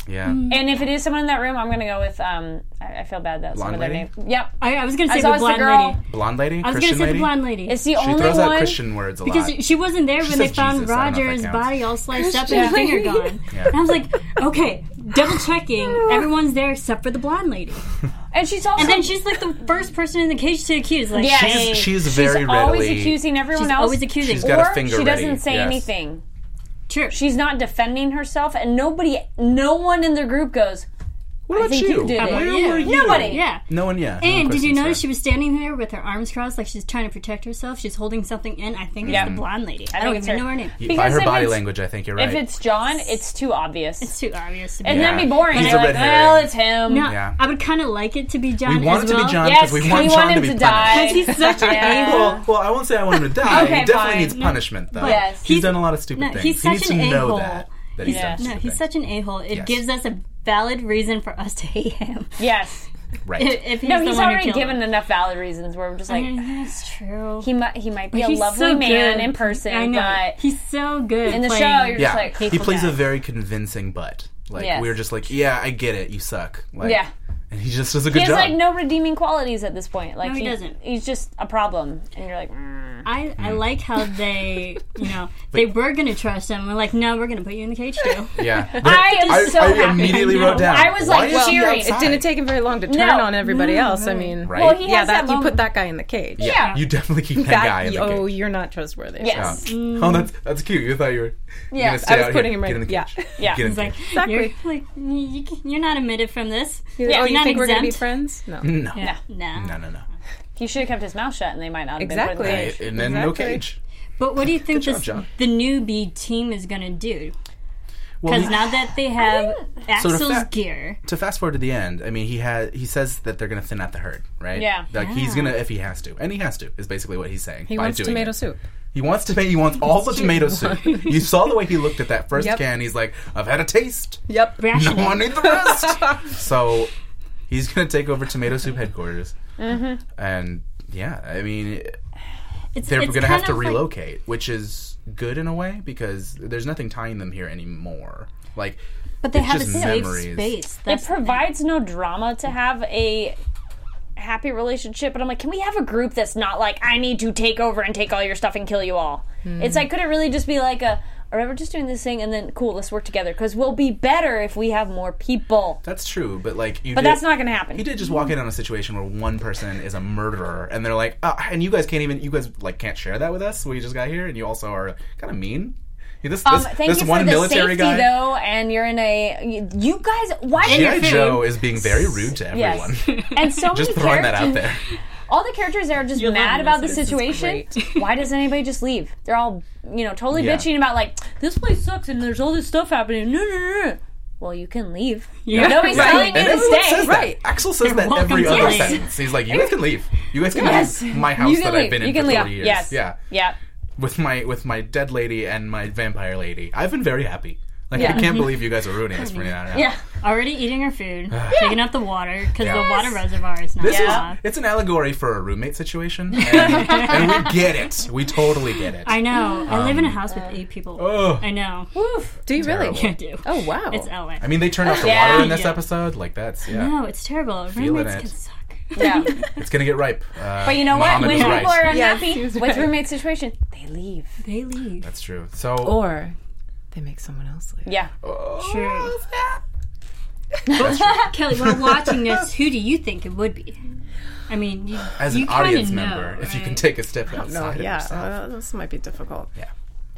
Yeah.
Mm.
and if it is someone in that room, I'm gonna go with. Um, I, I feel bad that some
Blonde
of their
lady?
name. Yep,
I, I was gonna say
saw
the
it's the
blonde
girl.
lady.
Blonde lady?
I was gonna
Christian
say
lady?
the blonde lady.
it's the
she
only
throws
one.
out Christian words a
because
lot.
she wasn't there when they
said
found
Jesus, I don't know if that
Roger's
counts.
body all sliced up and a finger gone. And I was like, okay, double checking. Everyone's there except for the blonde lady.
and she's also.
And then she's like the first person in the cage to accuse. Like,
Yeah.
she's
she's,
She's
she's very
always
readily.
accusing everyone else.
always accusing.
She's
or
got a finger
she doesn't
ready,
say
yes.
anything.
True.
She's not defending herself, and nobody, no one in the group goes,
What about
think you did it.
Where
Yeah.
were you?
Nobody.
Yeah.
No one. Yeah. no
And did you
person's
notice
there.
she was standing there with her arms crossed, like she's trying to protect herself? She's holding something in. I think it's
Yeah.
the blonde lady. I,
think
don't
it's
even
her.
know her name.
By
Because
her
if
body
it's-
language, I think you're right.
If it's John, it's too obvious.
It's too obvious to be.
and
Yeah.
that'd be boring.
He's
You're
a
like,
red herring.
well, it's him.
no,
Yeah.
I would kind of like it to be John.
we want it
as
to
well.
be John because
Yes,
we
we
want John
want
to
him
be
to
punished.
die.
Because he's such an
Yeah.
a-hole.
Well, well, I won't say I want him to die.
Okay,
he definitely
fine.
needs punishment, though.
Yes.
He's
He's-
done a lot of stupid
no,
things.
he's
he needs
such
to
an
know
a-hole.
that. That he's
Yeah.
done
No,
No,
stupid
he's
things.
such an a-hole. It
Yes.
gives us a valid reason for us to hate him.
Yes.
right.
If if he's
No,
the
he's
one who
already
killed
given
him.
enough valid reasons where we're just like,
Yeah, That's true.
he might he might be a
He's
lovely
so
man
good.
in person,
I know.
but
he's so good
in the
playing-
show you're
yeah,
just like
he plays
guy.
a very convincing butt. Like
Yes.
we're just like, yeah, I get it. You suck. Like,
Yeah.
And he just does a good
He has
job.
like no redeeming qualities at this point. Like
No, he doesn't.
He's just a problem, and you're like, mm.
I, I like how they, you know, they were going to trust him. We're like, no, we're going to put you in the cage too.
yeah.
I am so
I
happy.
immediately wrote down.
I was,
"Why
like,
is he
cheering. It
outside?"
Hi.
Didn't take him very long to turn
No.
on everybody else. I mean,
Right.
well, he
yeah,
has that,
that, you
moment-
put that guy in the cage.
yeah.
You definitely keep that, guy in the
oh,
cage.
you're not trustworthy.
Yeah.
Yes.
Oh, that's that's cute. You thought you were.
Yeah.
gonna stay
I was
out
putting
here.
him right-
Get in the
yeah.
cage.
Yeah.
Get in
It's
the
like,
cage.
you're,
Exactly.
like you, can- you're not omitted from this.
Yeah.
Oh,
You're
you
not
think we're gonna be
exempt.
friends? No.
No.
Yeah.
Nah.
No. No. No.
He should have kept his mouth shut, and they might not have
Exactly.
been. put in the
And then
cage.
no
Exactly.
cage.
But what do you think
job,
this,
John.
the newbie team is going to do?
Well,
Because
he-
now that they have
So the
Axel's
fact-
gear,
to fast forward to the end, I mean, he had he says that they're gonna thin out the herd, right?
Yeah.
Like he's gonna if he has to, and he has to is basically what he's saying.
He
by
wants
doing
tomato
it.
soup.
He wants tomato. He wants all the tomato soup. You saw the way he looked at that first
Yep.
can. He's like, I've had a taste.
Yep.
No
rational.
one need the rest. so he's gonna take over tomato soup headquarters, and yeah, I mean,
it's,
they're
it's
gonna have
kind
to
of like-
relocate, which is good in a way because there's nothing tying them here anymore. Like,
but they
it's
have a
just
safe
memories.
space.
It
That's
provides no drama to have a happy relationship, but I'm like, can we have a group that's not like, I need to take over and take all your stuff and kill you all?
Hmm.
It's like, could it really just be like a, all right, we're just doing this thing, and then cool, let's work together because we'll be better if we have more people.
that's true, but like, you
But
did-
that's not going to happen.
He did just walk in on a situation where one person is a murderer, and they're like, ah, and you guys can't even, you guys like can't share that with us. We just got here, and you also are kind of mean. Yeah, This,
Um,
this,
thank
this
you
one
for the
military
safety,
guy,
though, and you're in a. You, you guys, why did
GI
you
Joe is being very rude to everyone.
Yes. and so
just
many
throwing that out
characters-
there.
All the characters there are just mad
loving
about the
this. This is
situation. Why does anybody just leave? They're all, you know, totally
Yeah.
bitching about like this place sucks and there's all this stuff happening. No, no, no. no. Well, you can leave. Yeah, nobody's telling you
And
to
everyone
stay.
says
Right.
that. Axel says that
welcome
every
to
other
leave.
sentence. He's like, "You guys can leave. You guys can
Yes.
leave my house
You can
that I've
leave.
been in
You can
for
leave.
40 years."
Yes.
Yeah,
Yeah.
with my with my dead lady and my vampire lady. I've been very happy. Like
Yeah. Mm-hmm.
I can't believe you guys are ruining this for me now.
Yeah.
already eating her food, taking out the water because
Yeah.
the water reservoir is not
This
yeah.
is it's an allegory for a roommate situation, and, and we get it. We totally get it.
I know.
Um,
I live in a house with eight people.
Ugh.
I know.
Oof.
Do you really?
I do.
Oh wow.
It's LA.
I mean, they turned off the
Yeah.
water in this
Yeah.
episode. Like that's yeah,
no, it's terrible.
Feeling
Roommates
it.
can suck.
Yeah.
it's gonna get ripe. Uh,
But you know what?
Muhammad
When
was
people
right.
are unhappy
she was
with
right.
roommate situation, they leave.
They leave.
that's true. So uh,
or they make someone else leave.
Yeah.
True. Kelly, while watching this, who do you think it would be? I mean, you,
as
you
an
kinda
audience
know,
member, if you can
right?
take a step outside
No,
of
yeah,
yourself.
uh, this might be difficult.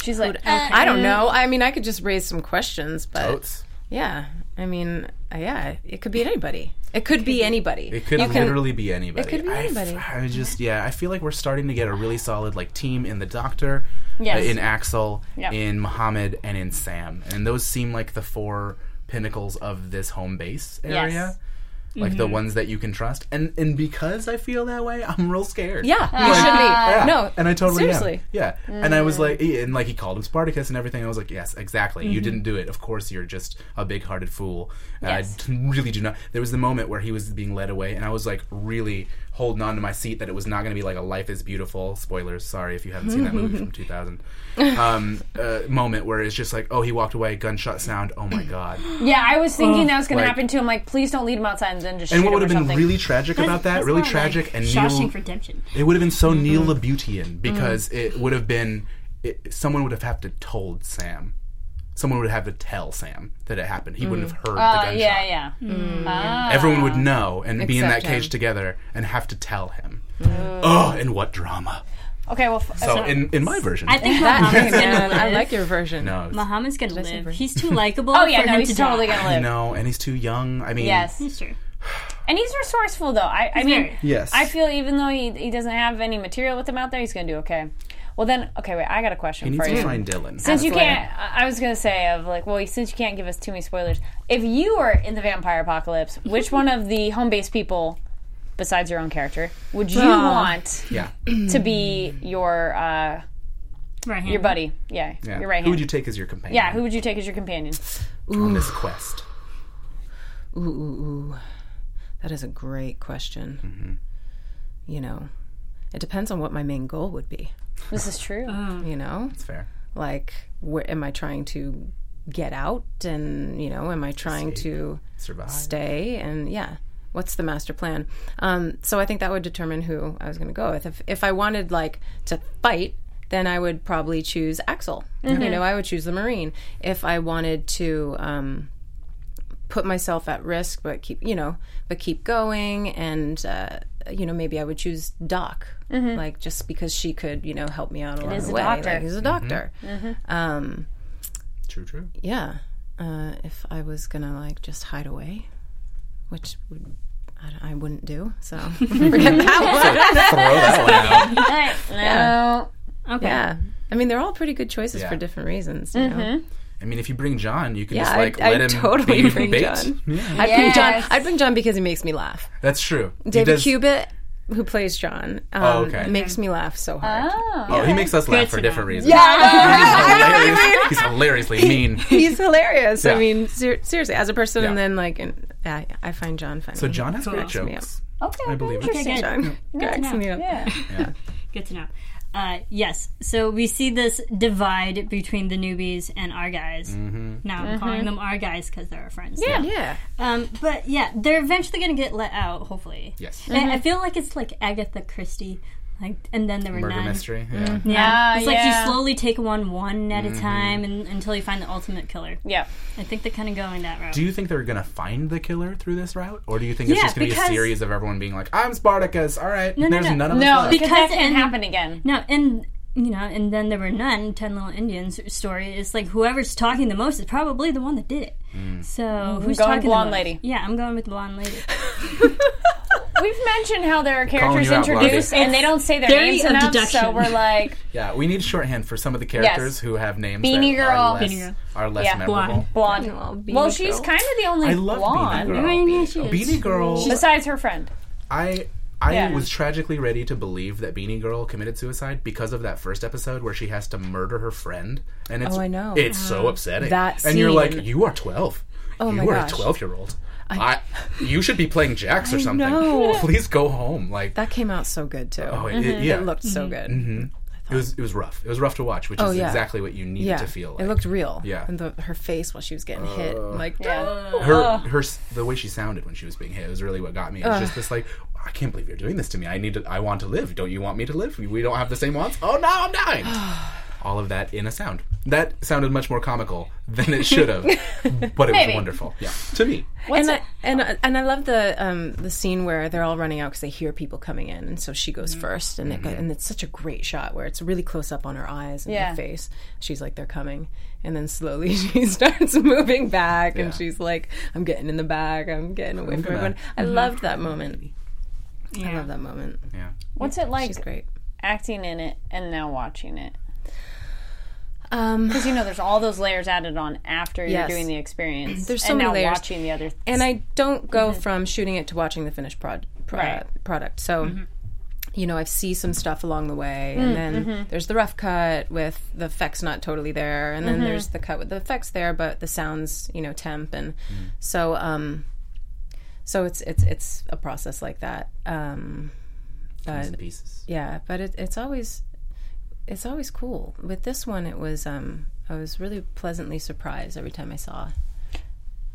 She's like,
I don't know. I mean, I could just raise some questions, but
Oats.
yeah, I mean, uh, yeah, it could be anybody. It could be anybody.
It could
You can-
literally be anybody.
it could be
I f-
anybody.
I just yeah, I feel like we're starting to get a really solid like team in the Doctor,
Yes.
uh, in Axel,
Yep.
in Muhammad, and in Sam, and those seem like the four pinnacles of this home base area. Like
Mm-hmm.
the ones that you can trust, and and because I feel that way, I'm real scared.
Yeah, you should be.
Yeah,
Uh, No,
and I totally am.
seriously.
Yeah, and I was like, and like he called him Spartacus and everything. I was like, yes, exactly. You didn't do it. Of course, you're just a big-hearted fool. And
Yes.
I d- really do not. There was the moment where he was being led away, and I was like, really holding on to my seat that it was not going to be like a Life Is Beautiful spoilers. Sorry if you haven't seen that movie from 2000. Um, uh, moment where it's just like, oh, he walked away, gunshot sound. Oh my god.
yeah, I was thinking that was going
Like-
to happen too. I'm like, please don't lead him outside and then just
And
shoot
what
him
would
or
have been
something.
really tragic about that?
That's
Really
more
tragic
like
and Neil.
Shawshank Redemption.
It would have been so
Mm-hmm.
Neil Labutian because
Mm.
it would have been it, someone would have had to told Sam. Someone would have to tell Sam that it happened. He wouldn't have heard the
Uh,
gunshot.
yeah, Uh, yeah.
Mm.
Ah.
Everyone would know and be in that
Except
cage
him.
Mm.
together and have to tell him. Oh, and what drama!
Okay, well, f-
So in, in my version,
I think
That
Muhammad's
name,
gonna
man,
live.
I like your version.
no, it's-
Muhammad's gonna live.
Avery.
He's too likable.
oh yeah,
for
no,
him
he's
to
totally
die.
gonna live.
no, and he's too young. I mean,
Yes,
He's true.
and he's resourceful though. I, I mean,
very-
yes,
I feel even though he, he doesn't have any material with him out there, he's gonna do okay. Well then, okay, wait, I got a question
he needs
for
to
you.
find Dylan.
Since you
Absolutely.
can't, I I was gonna say of like, well, since you can't give us too many spoilers, if you were in the vampire apocalypse, which one of the home base people, besides your own character, would you
Aw.
want
yeah,
to be
Hmm.
your uh,
Right.
your buddy? Yeah,
yeah.
your right hand.
Who would you take as your companion?
yeah, who would you take as your companion?
on this quest?
Ooh, ooh, ooh. That is a great question.
Mm-hmm.
You know, it depends on what my main goal would be.
This is true.
Uh,
You know,
It's fair.
like, where am I trying to get out? And, you know, am I trying to
Survive.
stay? And yeah, what's the master plan? Um, so I think that would determine who I was going to go with. If, if I wanted, like, to fight, then I would probably choose Axel.
Mm-hmm.
You know, I would choose the Marine. If I wanted to, um, put myself at risk but keep you know but keep going and uh, you know maybe i would choose doc like just because she could you know help me out along
Mm-hmm. is
the
a
way
doctor.
like he's a doctor um
True, true.
yeah uh if i was gonna like just hide away which would I, don't- I wouldn't do so forget that one
Throw that one out.
no.
Okay.
yeah i mean they're all pretty good choices
Yeah.
for different reasons you know
Mm-hmm.
I mean, if you bring John, you can
yeah
just like
i
let
I'd
him
totally
be
bring
bait.
john i'd bring john
Yes.
i'd bring john because he makes me laugh
That's true. He
David
does-
Cubitt, who plays John, um,
Oh, okay.
makes me laugh so hard.
Oh.
Oh, he makes us laugh
Good
for
to know.
different reasons. Yeah, he's, hilarious. he's hilariously mean.
He's hilarious.
Yeah.
I mean, ser- seriously, as a person,
Yeah.
and then like, and I, I find John funny.
So John has great
Cracks
me
jokes.
Okay.
I believe it.
Okay, good.
John cracks
no,
me up.
Yeah.
Good to know. Uh, yes, so we see this divide between the newbies and our guys.
Mm-hmm.
Now I'm calling them our guys because they're our friends. Mm-hmm. Yeah.
Yeah.
Um, but yeah, they're eventually going to get let out, hopefully.
Yes.
And I feel like it's like Agatha Christie, like, and then there were
Murder
none. Mm-hmm.
mystery. Mm-hmm. Yeah.
Yeah,
Ah,
it's like
yeah.
you slowly take one one at a time and, until you find the ultimate killer.
Yeah.
I think they're kind of going that route.
Do you think they're gonna find the killer through this route, or do you think it's
Yeah,
just gonna be a
because-
series of everyone being like, "I'm Spartacus, all right,
no,
there's
no.
none of us
No,
left."
because that
Because
can
in-
happen again.
No, and you know, and then there were none. Ten Little Indians story is like whoever's talking the most is probably the one that did it. So who's
Mm-hmm. going
talking
blonde
the most?
lady.
Yeah, I'm going with blonde lady.
We've mentioned how there are
Calling
characters
you out, Blondie.
introduced and they don't say their
Theory
names
of
enough, so
deduction.
we're like
Yeah, we need shorthand for some of the characters
Yes.
who have names
Beanie
that are
Girl.
less,
Beanie Girl.
Are less
Yeah.
memorable.
blonde.
Oh, Beanie
well, she's
Girl.
kind of the only
I love
blonde
Beanie Girl.
Right, yeah, she is.
Beanie Girl.
besides her friend.
I I
Yeah.
was tragically ready to believe that Beanie Girl committed suicide because of that first episode where she has to murder her friend, and it's
Oh, I know.
it's so upsetting.
That
and you're like,
scene.
you are twelve. Oh you
my
are
gosh.
a twelve year old. I, you should be playing jacks or something.
know.
Please go home. Like
That Mm-hmm. came out so good too.
oh, it, it- yeah, Mm-hmm.
It looked
Mm-hmm.
so good.
it was it was rough. It was rough to watch, which
Oh,
is
yeah.
exactly what you need
Yeah.
to feel.
It
Like.
looked real.
Yeah. Uh.
And the, her face while she was getting hit, like
Yeah.
her her s- the way she sounded when she was being hit was really what got me. It was just this like I can't believe you're doing this to me. I need to. I want to live. Don't you want me to live? We don't have the same wants. Oh no, I'm dying. All of that in a sound. That sounded much more comical than it should have, but it was
Maybe.
wonderful. Yeah, to me.
and I, and and I love the um, the scene where they're all running out because they hear people coming in, and so she goes first, and
Mm-hmm.
it, and it's such a great shot where it's really close up on her eyes and
Yeah.
her face. She's like, "They're coming," and then slowly she starts moving back,
Yeah.
and she's like, "I'm getting in the back. I'm getting away from
gonna-
everyone." I loved that moment. I
Yeah.
love that moment.
Yeah,
What's it like
She's great.
acting in it and now watching it?
Um,
Because you know, there's all those layers added on after
Yes.
you're doing the experience.
There's so
and
many
now
layers.
watching the other.
and I don't go from shooting it to watching the finished prod, pro-
Right.
product. So, you know, I see some stuff along the way, and then there's the rough cut with the effects not totally there, and then there's the cut with the effects there, but the sounds, you know, temp, and so, um, so it's it's it's a process like that. Um,
Bits and pieces.
yeah, but it, it's always it's always cool. With this one, it was um, I was really pleasantly surprised every time I saw,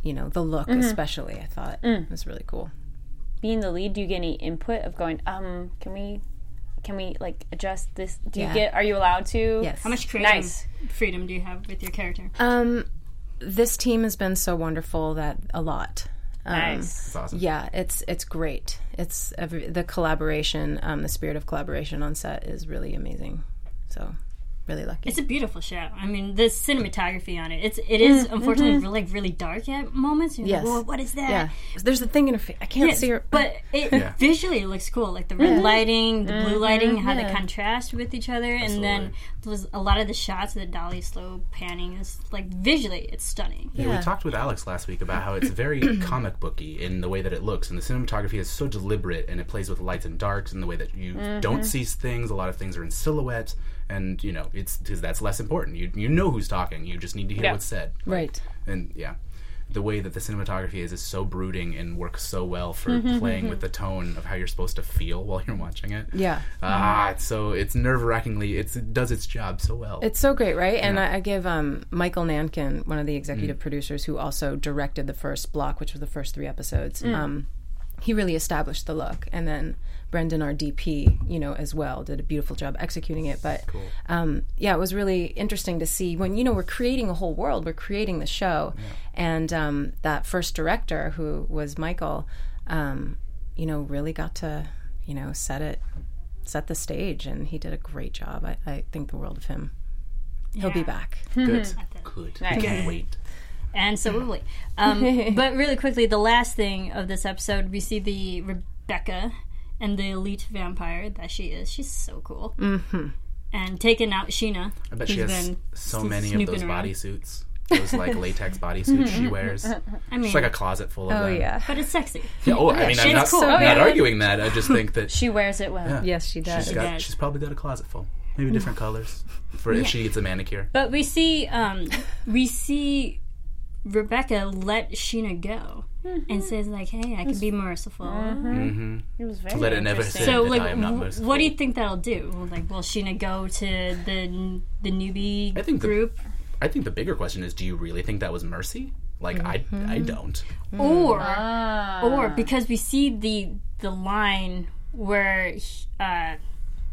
you know, the look
Mm-hmm.
especially. I thought
Mm.
it was really cool.
being the lead, do you get any input of going? Um, can we, can we like adjust this? Do
Yeah.
you get? Are you allowed to?
Yes.
How much creative
Nice.
freedom do you have with your character?
Um, this team has been so wonderful that a lot. Um,
Nice.
It's awesome.
Yeah, it's it's great. it's every, the collaboration, um, the spirit of collaboration on set is really amazing. So, really lucky.
It's a beautiful show. I mean, the cinematography on it. It's it is,
Mm-hmm.
unfortunately really, like really dark at moments. You're
Yes.
like, well, what is that?
yeah, there's a thing in her face. I can't
Yes,
see her.
but it visually it looks cool, like the red
Mm-hmm.
lighting, the blue lighting, how they contrast with each other, and then there was a lot of the shots of the dolly slow panning is like visually it's stunning.
Yeah, we talked with Alex last week about how it's very comic booky in the way that it looks, and the cinematography is so deliberate, and it plays with lights and darks in the way that you don't see things. A lot of things are in silhouettes, and you know it's because that's less important. You you know who's talking. You just need to hear
Yeah.
what's said.
right.
And yeah, the way that the cinematography is is so brooding and works so well for playing with the tone of how you're supposed to feel while you're watching it.
Yeah.
Ah, it's so it's nerve wrackingly. It's it does its job so well.
It's so great, right? And I, I give um, Michael Nankin, one of the executive producers who also directed the first block, which was the first three episodes. Um, he really established the look, and then Brendan, our DP, you know, as well, did a beautiful job executing it. But um, yeah, it was really interesting to see when you know we're creating a whole world, we're creating the show, and um, that first director who was Michael, um, you know, really got to you know set it. Set the stage, and he did a great job. I, I think the world of him. He'll be back.
good. Good. I can't wait.
and so will we. Um, but really quickly, the last thing of this episode, we see the Rebecca and the elite vampire that she is. She's so cool. Mm-hmm. And taking out Sheena.
I bet she has so many of those bodysuits. Those like latex bodysuits she wears.
I mean,
It's like a closet full of
Oh,
them.
but it's sexy.
Yeah, oh, I mean, I'm
she's
not,
cool.
not
Oh, yeah.
arguing that. I just think that
She wears it well.
Yes, she does.
she's
Yeah.
got she's probably got a closet full, maybe different colors for if she gets a manicure.
But we see, um, we see Rebecca let Sheena go
Mm-hmm.
and says like, "Hey, I can be merciful."
It was very
Let it never
interesting.
say
So
that
like,
I am not
wh-
merciful.
what do you think that'll do? Well, Like, will Sheena go to the the newbie
I think the-
group?
I think the bigger question is, do you really think that was mercy? Like I,
Mm-hmm.
I don't.
or or because we see the the line where he- uh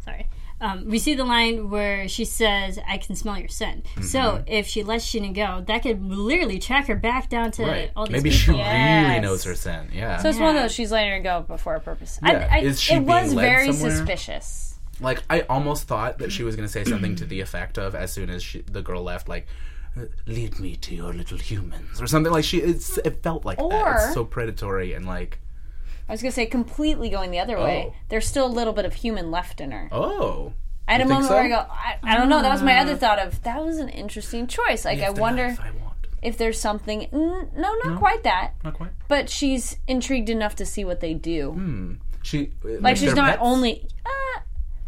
sorry um, we see the line where she says, "I can smell your scent."
Mm-hmm.
So if she lets Sheena go, that could literally track her back down to
Right?
all these
Maybe she
people.
really
Yes.
knows her scent. Yeah.
So it's one of those she's letting her go before a purpose.
Yeah.
I, I,
Is she
it was
being led
very
somewhere?
suspicious.
like I almost thought that she was going to say something to the effect of as soon as she, the girl left, like "Uh, "Lead me to your little humans" or something. Like she, it's, it felt like that.
Or-
It's so predatory and like,
I was gonna say completely going the other way.
Oh.
There's still a little bit of human left in her.
oh,
I had a
think
moment
so? Ah.
where I go, I, I don't know. That was my other thought of that was an interesting choice. Like I
it's the
wonder
knife I want.
if there's something. n- No, not quite that.
Not quite.
But she's intrigued enough to see what they do.
She
Like she's
they're
not
Hmm. pets?
only. Uh,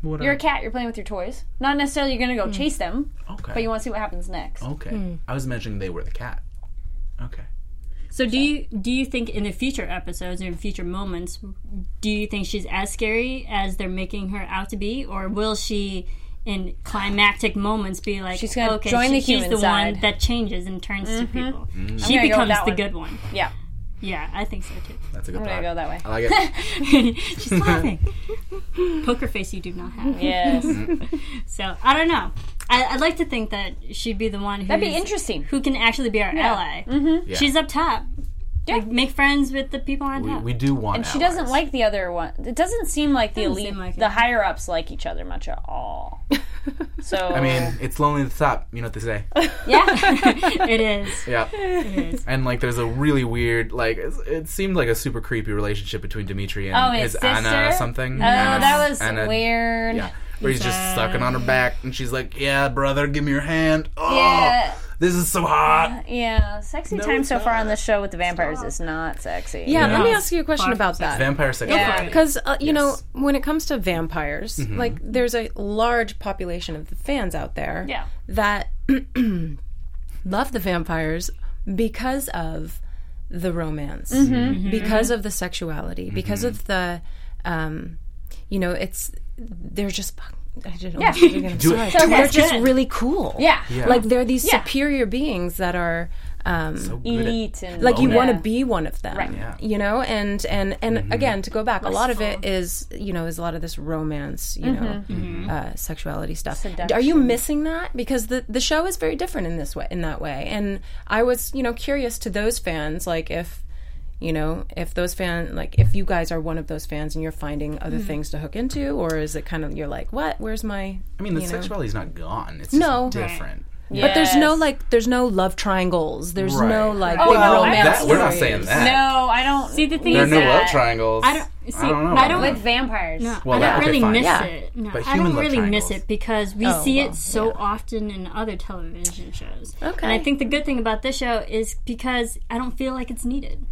What Hmm.
you're
are-
a cat. You're playing with your toys. Not necessarily you're gonna go chase them,
Okay.
but you want to see what happens next.
okay. I was imagining they were the cat. Hmm. Okay.
So do you do you think in the future episodes or in future moments, do you think she's as scary as they're making her out to be, or will she? In climactic moments, be like
She's gonna
okay,
join the
she's
human
the Mm-hmm.
side."
one that changes and turns to people.
Mm-hmm.
She
gonna go with
becomes
that
the
one.
good one.
Yeah,
Yeah, I think so too.
That's a good
I'm
thought.
gonna go that way.
I like it.
She's laughing. Poker face you do not have.
Yes,
So I don't know. I, I'd like to think that she'd be the one who's,
that'd be interesting.
who can actually be our ally. Mm-hmm.
Yeah.
She's up top. Like, make friends with the people on
we,
top.
we do want.
And she doesn't like the other one. It doesn't seem like the
Doesn't
elite,
seem like it.
the higher ups like each other much at all. So oh,
I mean, it's lonely at the top. You know what they say.
yeah, it is.
Yeah. And like, there's a really weird, like, it's- it seemed like a super creepy relationship between Dimitri and
Oh,
his,
his
Anna
sister?
something.
oh, that was
Anna,
weird.
Yeah. Where he's just sucking on her back, and she's like, "Yeah, brother, give me your hand. Oh,
Yeah.
this is so hot."
Yeah, sexy time so far on this show with the vampires is not sexy.
Yeah,
Yeah.
let me ask you a question
Far
about
from
that.
Vampire sexuality.
Yeah.
Because, uh, you
Yes. Mm-hmm.
know, when it comes to vampires, like, there's a large population of the fans out there
Yeah.
that love the vampires because of the romance,
Mm-hmm.
Mm-hmm.
because of the sexuality, because of the, um, you know, it's, they're just. I didn't want to say it again. I'm
Do
sorry.
it.
They're
That's
just
good.
really cool.
Yeah.
Like they're these
Yeah.
superior beings that are um,
So good at-
Eat and
like you
Yeah.
want to be one of them
Right.
Yeah. Mm-hmm.
you know and and and again to go back a lot of it is you know is a lot of this romance you know
Mm-hmm.
uh, sexuality stuff are you missing that because the the show is very different in this way in that way and i was you know curious to those fans like if you know if those fan like if you guys are one of those fans and you're finding
Mm-hmm.
other things to hook into or is it kind of you're like what where's my
I mean, the
you know?
sexuality's not gone. It's
No.
just different.
but there's no
Yes.
like there's no love triangles there's
Right.
no like
Oh,
big
no,
romance
that, we're not saying
stories.
that.
No, uh, I don't.
See, the thing
there are
is
no
that
love triangles.
I don't see.
I don't know.
I don't
Like
With vampires. No.
Well,
I
that-
don't
okay,
really
fine.
miss
Yeah.
it. No,
But
I
human
don't
love
really
triangles.
miss it because we
Oh,
see
well,
it so often in other television shows.
Okay.
And I think the good thing about this show is because I don't feel like it's needed.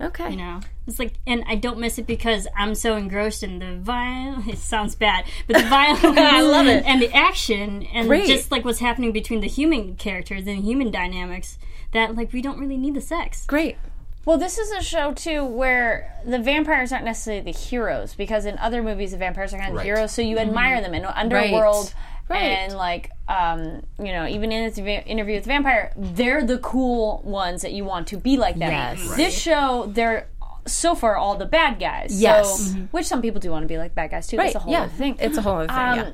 okay
You know, it's like, and I don't miss it because I'm so engrossed in the violence. It sounds bad, but the violence, I
love it.
and the action, and
Great.
just like what's happening between the human characters and human dynamics. That like we don't really need the sex.
great
Well, this is a show too where the vampires aren't necessarily the heroes because in other movies the vampires are kind of
Right.
the heroes, so you admire them in Underworld.
Mm-hmm. Right.
And like, um, you know, even in its va- interview with the vampire, they're the cool ones that you want to be like them.
Yes. Right.
This show, they're so far all the bad guys.
Yes.
So, which some people do want to be like bad guys too. That's a whole
yeah
other thing.
it's a whole other thing
Um,
yeah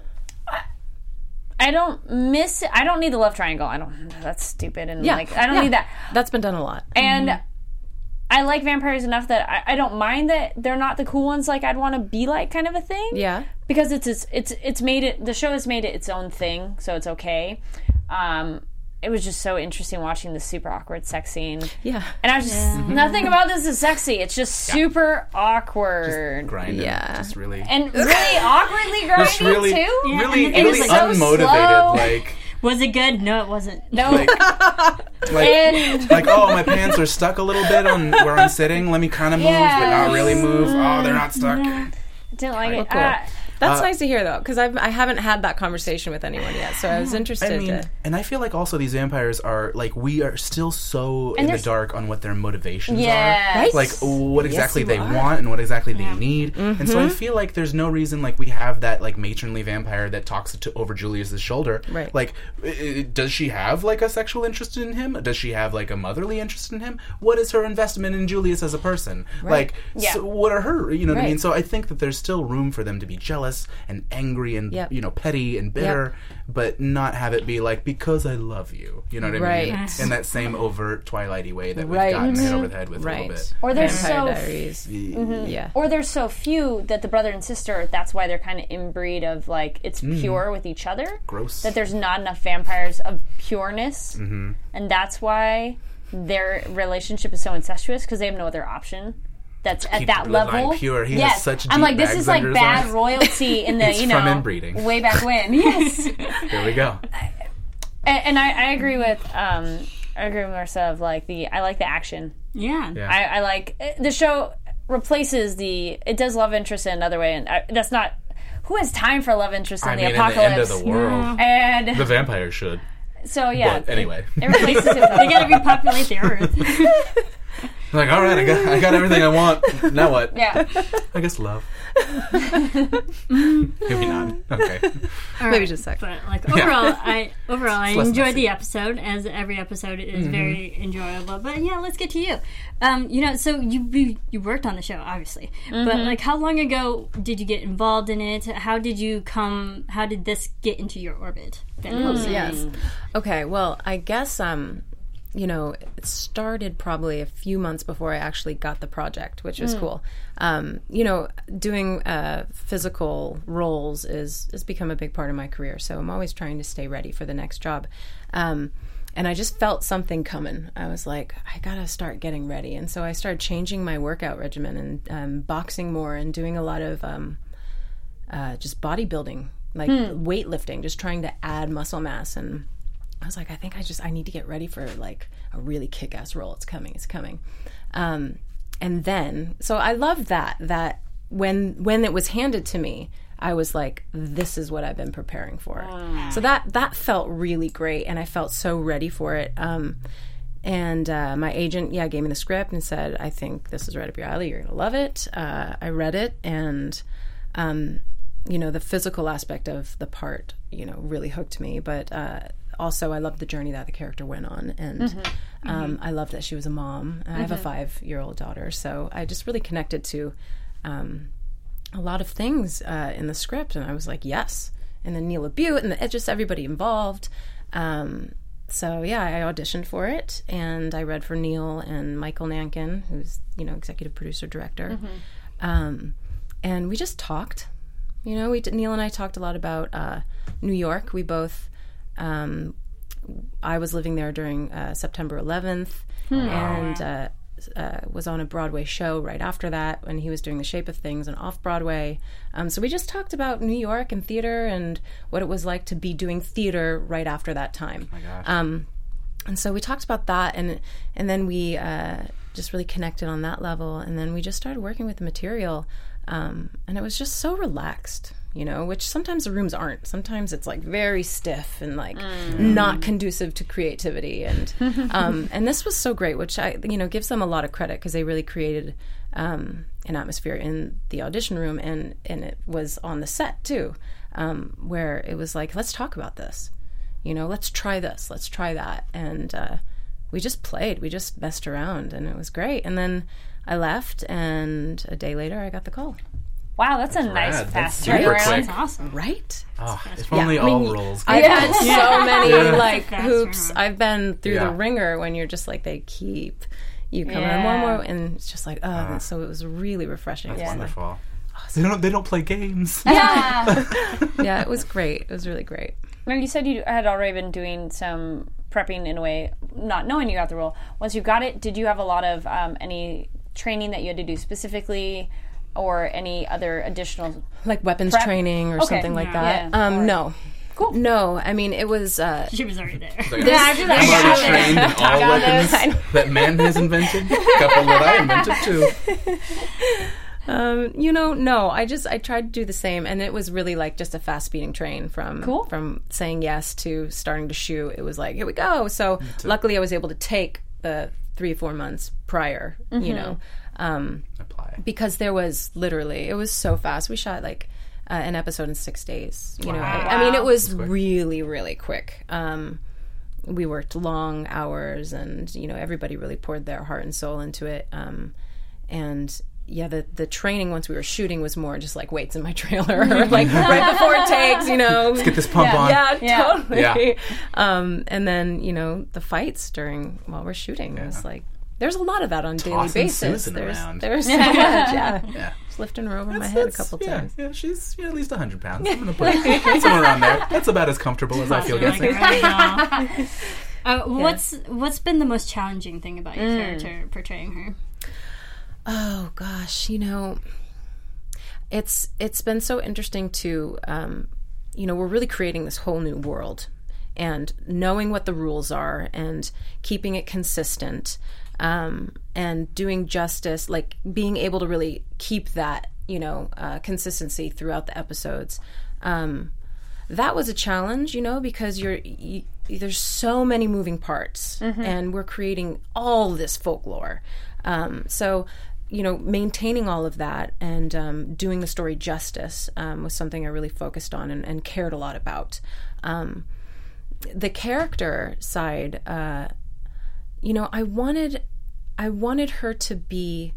I don't miss. I don't need the love triangle. I don't. That's stupid. And
yeah
like, I don't
yeah.
need that.
that's been done a lot
And I like vampires enough that I, I don't mind that they're not the cool ones like I'd want to be like kind of a thing.
yeah
Because it's it's it's, it's made it the show has made it its own thing, so it's okay. Um it was just so interesting watching the super awkward sex scene.
yeah Mm-hmm.
And I was just nothing about this is sexy. It's just super awkward.
grinding.
Yeah.
Just really.
and really awkwardly
just
grinding
really,
too.
really,
and
it
really
was so
unmotivated.
slow.
Like,
Was it good? No, it wasn't.
No.
like,
and
like, oh, my pants are stuck a little bit on where I'm sitting. Let me kind of move, but not really move. Oh, they're not stuck.
didn't like it.
cool.
Uh,
That's nice to hear, though, because I've I haven't had that conversation with anyone yet, so Oh. I was interested.
I mean,
to,
and I feel like also these vampires are like we are still so in the
there's-
dark on what their motivations
Yes.
are,
Right.
like what exactly
you
they
are. Mm-hmm.
want and what exactly they need. And so I feel like there's no reason like we have that like matronly vampire that talks to over Julius's shoulder.
Right.
Like, i- i- does she have like a sexual interest in him? Does she have like a motherly interest in him? What is her investment in Julius as a person? Like, so what are her? You know what I mean?
Right.
So I think that there's still room for them to be jealous and angry and
Yep.
you know petty and bitter but not have it be like because I love you. You know what I
Right.
mean?
Yes.
In that same overt Twilighty way that we've
Right. Mm-hmm.
gotten hit over the head with a
right?
little bit.
or they're so
Vampire Diaries. Yeah.
or there's so few that the brother and sister that's why they're kind of inbreed of like it's pure with each other
Mm-hmm. Gross.
that there's not enough vampires of pureness
Mm-hmm.
and that's why their relationship is so incestuous because they have no other option that's at
keep
that
the line
level
pure. He has
yes
such
i'm
deep
like this
bags
is like
under his
bad
arms.
royalty in the
It's
you know
from inbreeding.
way back when yes
There we go.
and, and I, I agree with um i agree with marissa of like the i like the action
Yeah.
Yeah.
I, I like eh, the show replaces the it does love interest in another way, and I, that's not who has time for love interest in
I
the
mean, at the end of
apocalypse.
the world,
and
the vampire should.
so yeah,
But anyway,
it replaces it. With
They gotta repopulate the earth.
like all right, I got, I got everything I want. Now what?
yeah,
I guess love. Maybe not. Okay.
Maybe just a sec.
but like overall, I overall I
less Mm-hmm.
enjoyed the episode as every episode is very enjoyable. But yeah, let's get to you. Um, you know, so you you, you worked on the show obviously, but like how long ago did you get involved in it? How did you come? How did this get into your orbit? That you were in?
Yes. Okay. Well, I guess um, you know, it started probably a few months before I actually got the project, which was cool. Um, you know, doing uh, physical roles is has become a big part of my career, so I'm always trying to stay ready for the next job. Um, and I just felt something coming. I was like, I gotta start getting ready, and so I started changing my workout regimen and um, boxing more and doing a lot of. Um, uh, just bodybuilding, like weightlifting, just trying to add muscle mass. And I was like, I think I just I need to get ready for like a really kick-ass role. It's coming. It's coming. Um, and then, so I love that that when when it was handed to me. I was like, this is what I've been preparing for. So that that felt really great, and I felt so ready for it. Um, and uh, my agent, yeah, gave me the script and said, I think this is right up your alley. You're gonna love it. Uh, I read it, and um, you know, the physical aspect of the part, you know, really hooked me. But uh, also, I loved the journey that the character went on, and um, I loved that she was a mom. I have a five-year-old daughter, so I just really connected to um, a lot of things uh, in the script, and I was like, yes. And then Neela Butte and the, just everybody involved. Um, So yeah, I auditioned for it, and I read for Neil and Michael Nankin, who's you know executive producer director, um, and we just talked. You know, we did, Neil and I talked a lot about uh, New York. We both, um, I was living there during uh, September 11th, and uh, uh, was on a Broadway show right after that when he was doing The Shape of Things and off Broadway. Um, so we just talked about New York and theater and what it was like to be doing theater right after that time. Um, and so we talked about that, and and then we uh, just really connected on that level, and then we just started working with the material, um, and it was just so relaxed, you know. Which sometimes the rooms aren't. Sometimes it's like very stiff and like not conducive to creativity, and um, and this was so great, which I you know gives them a lot of credit because they really created um, an atmosphere in the audition room, and and it was on the set too, um, where it was like let's talk about this you know, let's try this, let's try that. And uh, we just played, we just messed around, and it was great. And then I left, and a day later, I got the call.
Wow, that's a nice
rad.
fast
That's super
turnaround.
quick.
That's awesome.
Right?
Oh, if only
I mean,
all roles.
I've had so many
Yeah.
like
That's
hoops. I've been through
Yeah.
the ringer when you're just like they keep you coming
Yeah.
on one more, and it's just like oh. and so it was really refreshing. It's like-
Uh-huh. Wonderful. They don't. They don't play games.
Yeah.
yeah, it was great. It was really great.
now, you said you had already been doing some prepping in a way, not knowing you got the role. Once you got it, did you have a lot of um, any training that you had to do specifically or any other additional?
Like weapons
Prep?
training or
Okay.
something like
Yeah.
that. Um, No, cool. No, I mean it was. Uh,
She was already there.
Yeah,
I
I'm already
got
trained in all weapons that man has invented. A couple that I invented too.
Um, you know, no. I just I tried to do the same, and it was really like just a fast speeding train from
Cool.
from saying yes to starting to shoot. It was like here we go. So luckily, I was able to take the three four months prior.
Mm-hmm.
You know, um,
Apply.
because there was literally it was so fast. We shot like uh, an episode in six days. You know, I, I mean, it was really really quick. Um, we worked long hours, and you know, everybody really poured their heart and soul into it. Um, and yeah, the the training once we were shooting was more just like weights in my trailer, or, like right before it takes. You know,
Get this pump on.
yeah, totally.
Yeah.
Um, and then you know the fights during while we're shooting. It was like there's a lot of that on a daily
Tossing
basis.
Susan
there's
around.
there's so much. Yeah,
Yeah.
just lifting her over my
That's-
head a
that's-
couple
yeah,
times.
Yeah, she's yeah, at least 100 pounds. I'm going to put somewhere around there. That's about as comfortable as I feel
Like,
guessing.
right now. Uh, What's what's been the most challenging thing about your character portraying her?
Oh gosh, you know, it's it's been so interesting to, um, you know, we're really creating this whole new world, and knowing what the rules are and keeping it consistent, um, and doing justice, like being able to really keep that, you know, uh, consistency throughout the episodes. Um, that was a challenge, you know, because you're you, there's so many moving parts, and we're creating all this folklore. Um, so, you know, maintaining all of that and um, doing the story justice um, was something I really focused on and, and cared a lot about. Um, the character side, uh, you know, I wanted I wanted her to be.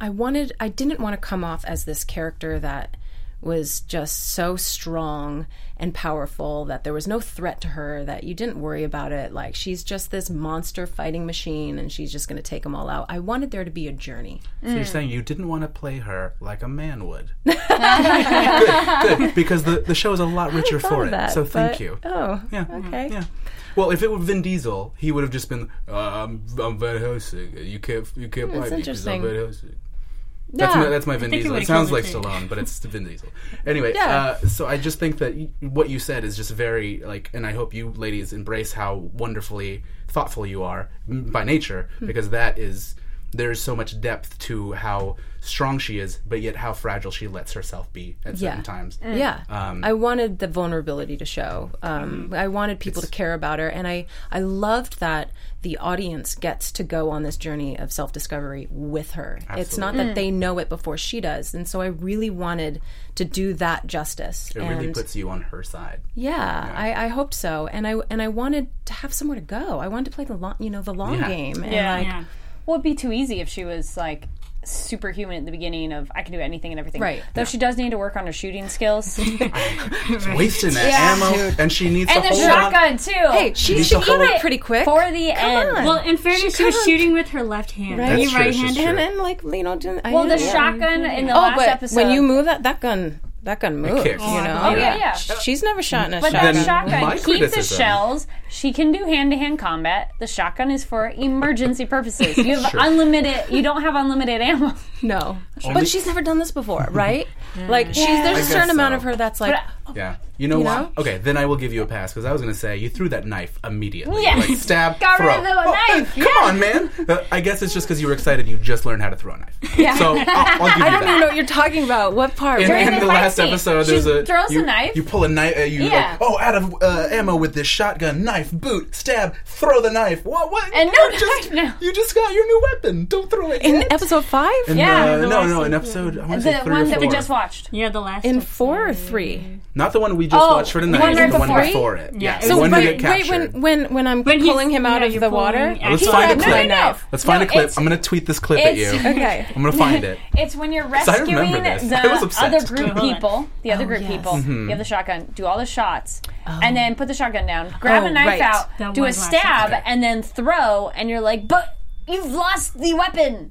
I wanted I didn't want to come off as this character that was just so strong and powerful that there was no threat to her that you didn't worry about it like she's just this monster fighting machine and she's just going to take them all out. I wanted there to be a journey.
So you're saying you didn't want to play her like a man would. good, good, because the, the show is a lot richer
thought
for
of
it.
that,
so thank
but-
you.
Oh.
Yeah. Mm-hmm.
Okay.
Yeah. Well, if it were Vin Diesel, he would have just been, uh, "I'm I'm Van Helsing. You can't you can't bite me because I'm
Hmm, interesting.
Van Helsing." That's my that's my Vin
think he
Diesel. It
would've
sounds like
called it too.
Stallone, but it's Vin Diesel. Anyway,
Yeah.
uh, so I just think that y- what you said is just very like, and I hope you ladies embrace how wonderfully thoughtful you are m- by nature, because that is there's so much depth to how strong she is, but yet how fragile she lets herself be at
Yeah.
certain times.
Yeah.
Um,
I wanted the vulnerability to show. Um,
Mm-hmm.
I wanted people to care about her. And I, I loved that the audience gets to go on this journey of self discovery with her. It's not that they know it before she does. And so I really wanted to do that justice.
It
and
really puts you on her side.
yeah, I, I hoped so. And I and I wanted to have somewhere to go. I wanted to play the long you know, the long game. And
Yeah.
like
Yeah.
Well, it'd be too easy if she was like superhuman at the beginning of I can do anything and everything.
Right.
Though she does need to work on her shooting skills. and
wasting that ammo, and she needs to
the
hold on.
shotgun too.
Hey, she
These
should
are
eat
hard-
it pretty quick.
for the end.
on.
Well, in fairness, she, was
can't.
shooting with her left hand. Are you
That's true,
right
she's
handed?
true.
and then like you know, doing,
Well, the shotgun in the
Oh,
last
but
episode.
when you move that that gun, that gun moves.
kicks.
You know,
Oh, yeah, yeah.
she's never shot in a
But
shotgun.
that
Then my
shotgun, keep the
criticism-
shells. She can do hand to hand combat. The shotgun is for emergency purposes. You have unlimited. You don't have unlimited ammo.
no, but she's never done this before, right? Like she's there's
Mm-hmm. I
a certain
guess
amount
so.
of her that's like.
Yeah. You know what?
know?
Okay, then I will give you a pass because I was going to say you threw that knife immediately.
Yes.
Like, stab,
Got
throw. Oh,
rid of the knife.
Come on, man. Uh, I guess it's just because you were excited. You just learned how to throw a knife. Yeah. So I'll, I'll give you
I don't
that.
even know what you're talking about. What part?
In,
During
in
the
the,
fight
last
scene,
episode,
she
there's a
throws
you,
the knife.
You pull a knife. Uh, you
Yeah.
like, oh, out of uh, ammo with this shotgun, knife, boot, stab, throw the knife. What? What?
And
You
no
just,
knife now.
You just got your new weapon. Don't throw it.
in episode five,
In,
Yeah,
uh,
the
no,
last
no, in episode I want to
The
say three
one
or
that we
four.
just watched.
Yeah, the last
in
one.
four or three.
Not the one we just
Oh,
watched for
the
tonight.
one right
the
before.
one before it.
Yeah.
The
So
one
wait,
you get
wait, when
captured.
when when I'm
When he's-
pulling him out
yeah,
of
you're
the
pulling-
water,
yeah.
Uh, Let's
He
find a
grabbed my
clip.
knife.
Let's find
No,
a clip.
it's-
I'm gonna tweet this clip at you.
it's-
Okay.
I'm gonna find it.
It's when you're
I remember
rescuing
this.
the
I was
other
obsessed. Mm-hmm.
group
Hold on. Oh,
people, the other group
yes.
people. You have the shotgun, do all the shots, and then put the shotgun down, grab
Oh,
a knife
right.
out,
That
do a
was last
stab,
episode.
and then throw, and you're like, but you've lost the weapon.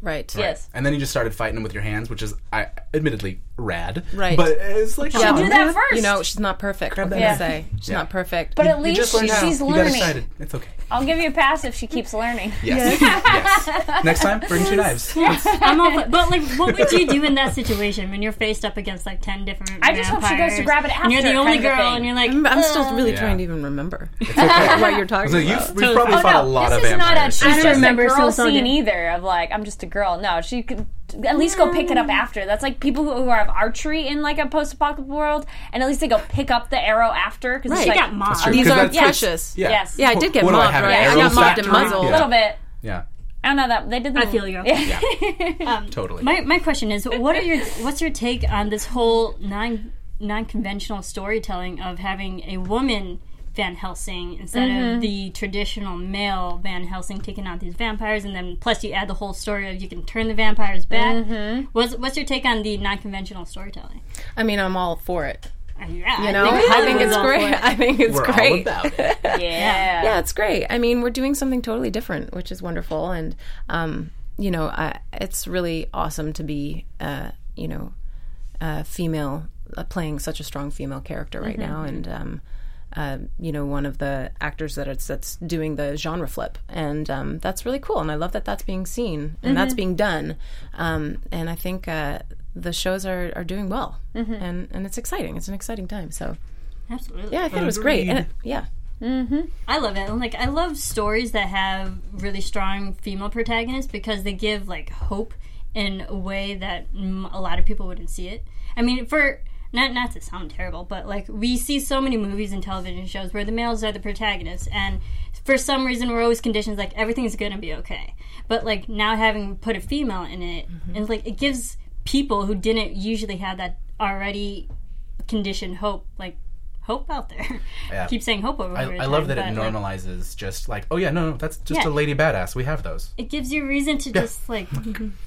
Right.
Yes.
And then you just started fighting him with your hands, which is, I admittedly, rad.
Right.
But it's like,
Yeah.
come on,
Do that
man.
first.
You know, she's not perfect. What
that
can I
knife.
say? She's
Yeah.
not perfect.
but at
You
least
just learned
she's,
how. you got
learning.
excited. It's okay.
I'll give you a pass if she keeps learning.
Yes. yes. Next time, bring two knives.
I'm all for- but like, what would you do in that situation when you're faced up against like ten different?
I just hope she goes
vampires,
to grab it
And you're
after
the only
kind of
girl,
a thing.
and you're like,
I'm, I'm still really
Yeah.
trying to even remember
okay.
what you're talking
So
about.
you've, we've probably
Oh
fought a
no!
lot
this
of
is not a
vampires.
she's just
remember,
a
so
girl
it's all
scene
good.
either. Of like, I'm just a girl. No, she could at least go pick it
Mm.
up after. That's like people who, who have archery in like a post-apocalyptic world, and at least they go pick up the arrow after because
Right.
like,
she got mobbed.
true.
These
'Cause
are
that's-
precious.
yeah.
Yes.
Yeah, I did get
What do I
mobbed,
have, an
right? I
arrow
got mobbed
factory?
and muzzled.
a
Yeah.
little bit.
Yeah.
I don't know that they did. The,
I feel you.
Yeah.
Totally.
My, my question is, what are your what's your take on this whole non non conventional storytelling of having a woman Van Helsing instead
Mm-hmm.
of the traditional male Van Helsing taking out these vampires, and then plus you add the whole story of you can turn the vampires back.
Mm-hmm.
What's what's your take on the non conventional storytelling?
I mean, I'm all for it.
Uh, Yeah,
You know, I think it's great. I think it's
We're
great.
all about it.
yeah.
yeah, it's great. I mean, we're doing something totally different, which is wonderful, and um, you know, I, it's really awesome to be, uh, you know, a female uh, playing such a strong female character right now, and um, uh, you know, one of the actors that it's that's doing the genre flip, and um, that's really cool, and I love that that's being seen and that's being done, um, and I think. Uh, the shows are, are doing well, and and it's exciting. It's an exciting time. So
Absolutely.
yeah, I thought it was great. And it, yeah,
I love it. And, Like I love stories that have really strong female protagonists because they give like hope in a way that mm, a lot of people wouldn't see it. I mean, for not not to sound terrible, but like we see so many movies and television shows where the males are the protagonists and for some reason we're always conditioned like everything's going to be okay. But like now having put a female in it
Mm-hmm.
and like it gives people who didn't usually have that already conditioned hope like hope out there.
Yeah.
Keep saying hope over.
I,
over
I love
time,
that it
but, like,
normalizes just like, oh, yeah, no, no, that's just
Yeah.
a lady badass. We have those.
it gives you reason to just like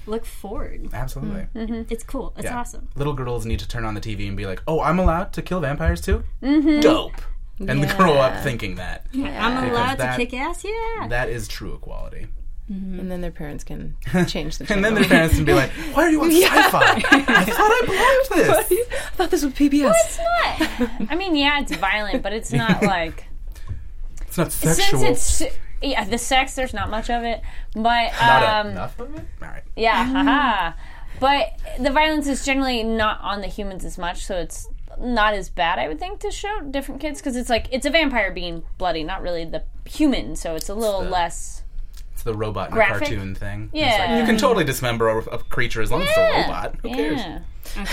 look forward.
Absolutely.
It's cool. It's
Yeah.
awesome.
Little girls need to turn on the TV and be like, oh, I'm allowed to kill vampires too? Mm-hmm. Dope. And grow up thinking that.
I'm allowed
that-
to kick ass. Yeah.
That is true equality.
and then their parents can change the.
And then
channel.
their parents would be like, why are you on sci-fi? I thought I blocked this.
I thought this was PBS.
It's not. I mean, yeah, it's violent, but it's not like
It's not
since
sexual.
it's yeah the sex. There's not much of it, but
not
um,
enough of it? All right.
Yeah,
Mm-hmm.
haha. But the violence is generally not on the humans as much, so it's not as bad, I would think, to show different kids because it's like it's a vampire being bloody, not really the human, so it's a little
the-
less.
It's the robot in the
Graphic?
cartoon thing. It's
Yeah.
Like, you can totally dismember a, a creature as long as it's a
Yeah.
robot. Who cares?
Yeah,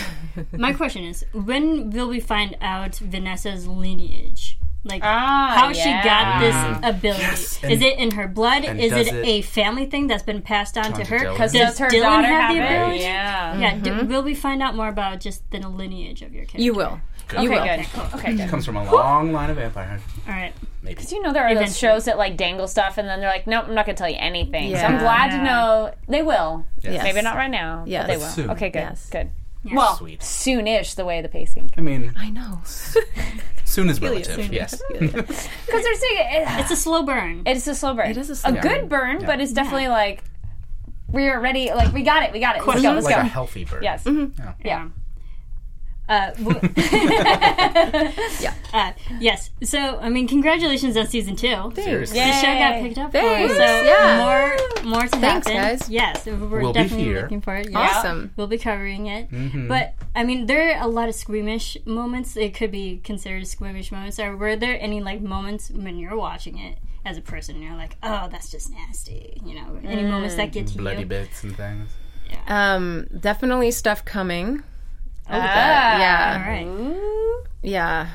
My question is, when will we find out Vanessa's lineage? Like
Ah,
how
yeah.
she got this ability?
Mm. Yes,
is
and-
it in her blood?
and
Is
does
it,
it-
a family thing that's been passed down to
Down to
her?
Dylan.
because does her
Dylan
daughter
have
have,
the
it?
ability?
Yeah.
Yeah. d- will we find out more about just the lineage of your character?
You will. You will.
Okay, good. Okay, good.
Comes from a long line of vampires.
All right.
Maybe.
you know there are those
Eventually.
shows that like dangle stuff and then they're like, nope, I'm not going to tell you anything. So
Yeah.
I'm glad
Yeah.
to know they will.
Yes.
Maybe not right now,
Yes.
but they will.
Soon.
Okay, good,
Yes.
good. Well,
Sweet.
soonish the way the pacing.
I mean,
I know.
soon is relative. Yes.
Because there's a, it,
It's a slow burn.
it's a slow burn. It
is a slow burn.
good burn, but it's definitely like we are ready. Like we got it, we got it. Let's go, let's
like a
go.
healthy bird.
Yes.
Mm-hmm.
Yeah.
Uh, w- Uh, yes. So, I mean, congratulations on season two.
Seriously.
The show got
Yay.
picked up
Thanks,
for so
yeah.
more, more to
Thanks,
happen.
guys.
Yes, we're
We'll be
definitely
here. Mm-hmm.
looking for it. Yeah.
Awesome.
We'll be covering it. But, I mean, there are a lot of squeamish moments. It could be considered squeamish moments. Or were there any, like, moments when you're watching it as a person and you're like, oh, that's just nasty? You know, any moments that get to
Mm. Bloody
you?
bits and things.
Um, definitely stuff coming. Oh,
Ah.
All
yeah,
right.
yeah.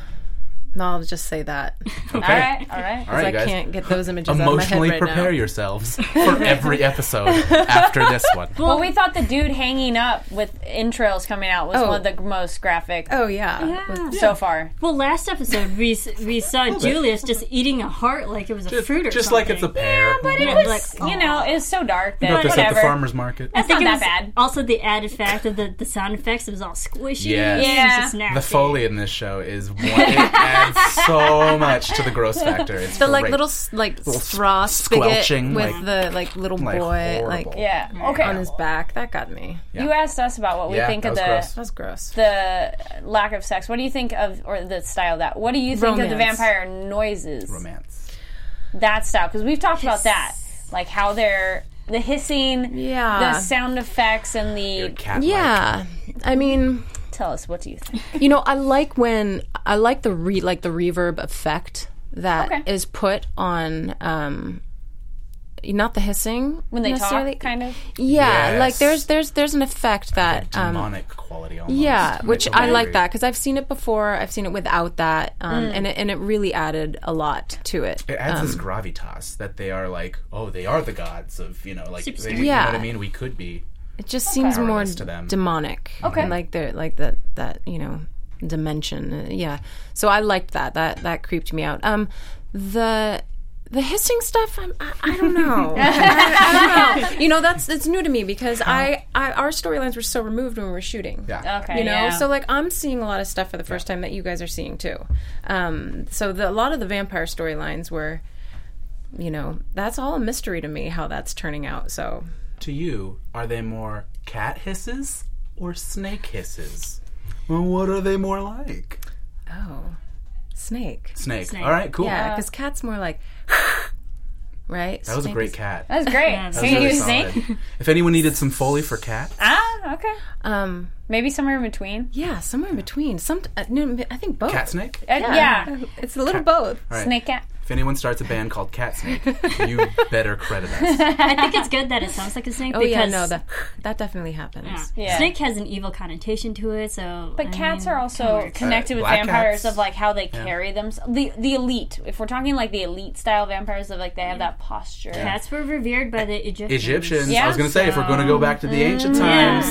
No, I'll just say that.
Okay.
All right. All right.
All right,
I
guys.
can't get those images out of my head
Emotionally
right
prepare
now.
yourselves for every episode after this one.
Well, we thought the dude hanging up with entrails coming out was
Oh.
one of the most graphic
oh yeah.
so far.
Well, last episode, we, s- we saw Julius just eating a heart like it was a fruit or
Just
something.
like it's a pear.
But it
Yeah,
was,
like,
you know, it was so dark that
Got this at the
whatever.
farmer's market.
That's not
think
that
it was
bad.
Also, the added fact of the, the sound effects, it was all squishy.
Yes.
Yeah.
Yeah.
The Foley in this show is one. It adds so much to the gross factor. It's
The like
great.
little s- like straw
squelching,
spigot with
like-
the like little
like,
boy
horrible.
like
Yeah. Okay.
on his back. That got me.
You asked us about what we
Yeah,
think
that
of
was
the
gross.
That was gross.
the lack of sex. What do you think of or the style of that? What do you think of the
Romance.
vampire noises?
romance.
That style because we've talked about that, like how they're the hissing,
Yeah.
the sound effects, and the.
Cat
yeah. I mean,
Tell us what do you think?
you know, I like when I like the re like the reverb effect that is
Okay.
put on um not the hissing
When they
necessarily.
talk, kind of.
Yeah,
Yes.
like there's there's there's an effect that um
demonic quality almost.
yeah,
It's
which I like
weird.
that because I've seen it before. I've seen it without that, um,
Mm.
and it, and it really added a lot to it.
It adds
um,
this gravitas that they are like, oh, they are the gods of you know, like they, you
Yeah.
know what I mean. We could be.
It just seems more
Powerless to them.
demonic.
Okay.
and like the like that that you know dimension. uh, Yeah, so I liked that. That that creeped me out. Um, the. The hissing stuff, I'm, I, I don't know. I, I don't know. You know, that's it's new to me because I, I our storylines were so removed when we were shooting.
Uh-huh. Yeah.
Okay.
you know
yeah.
so like i'm seeing a lot of stuff for the first time that you guys are seeing too um, so the, a lot of the vampire storylines were you know that's all a mystery to me how that's turning out so
To you, are they more cat hisses or snake hisses? Well, what are they more like?
oh snake
Snake. All right, cool.
yeah because cat's more like right
That was a great cat.
that was great. so
That was
you
really
think?
solid. If anyone needed some foley for cat,
Ah, okay.
um
Maybe somewhere in between.
yeah somewhere in between some uh, no, i think both
cat snake.
Uh, yeah.
it's a little both
All right.
Snake cat.
If anyone starts a band called Cat Snake, you better credit us.
I think it's good that it sounds like a snake
oh
because
yeah no that that definitely happens
Yeah.
snake has an evil connotation to it. So,
But
I
cats
mean,
are also connected with
black
vampires
cats.
of like how they carry themselves. The the elite. If we're talking like the elite style vampires of like they have that posture.
cats were revered by the Egyptians.
Egyptians. I
Yeah.
was going to say, if we're going to go back to the ancient times,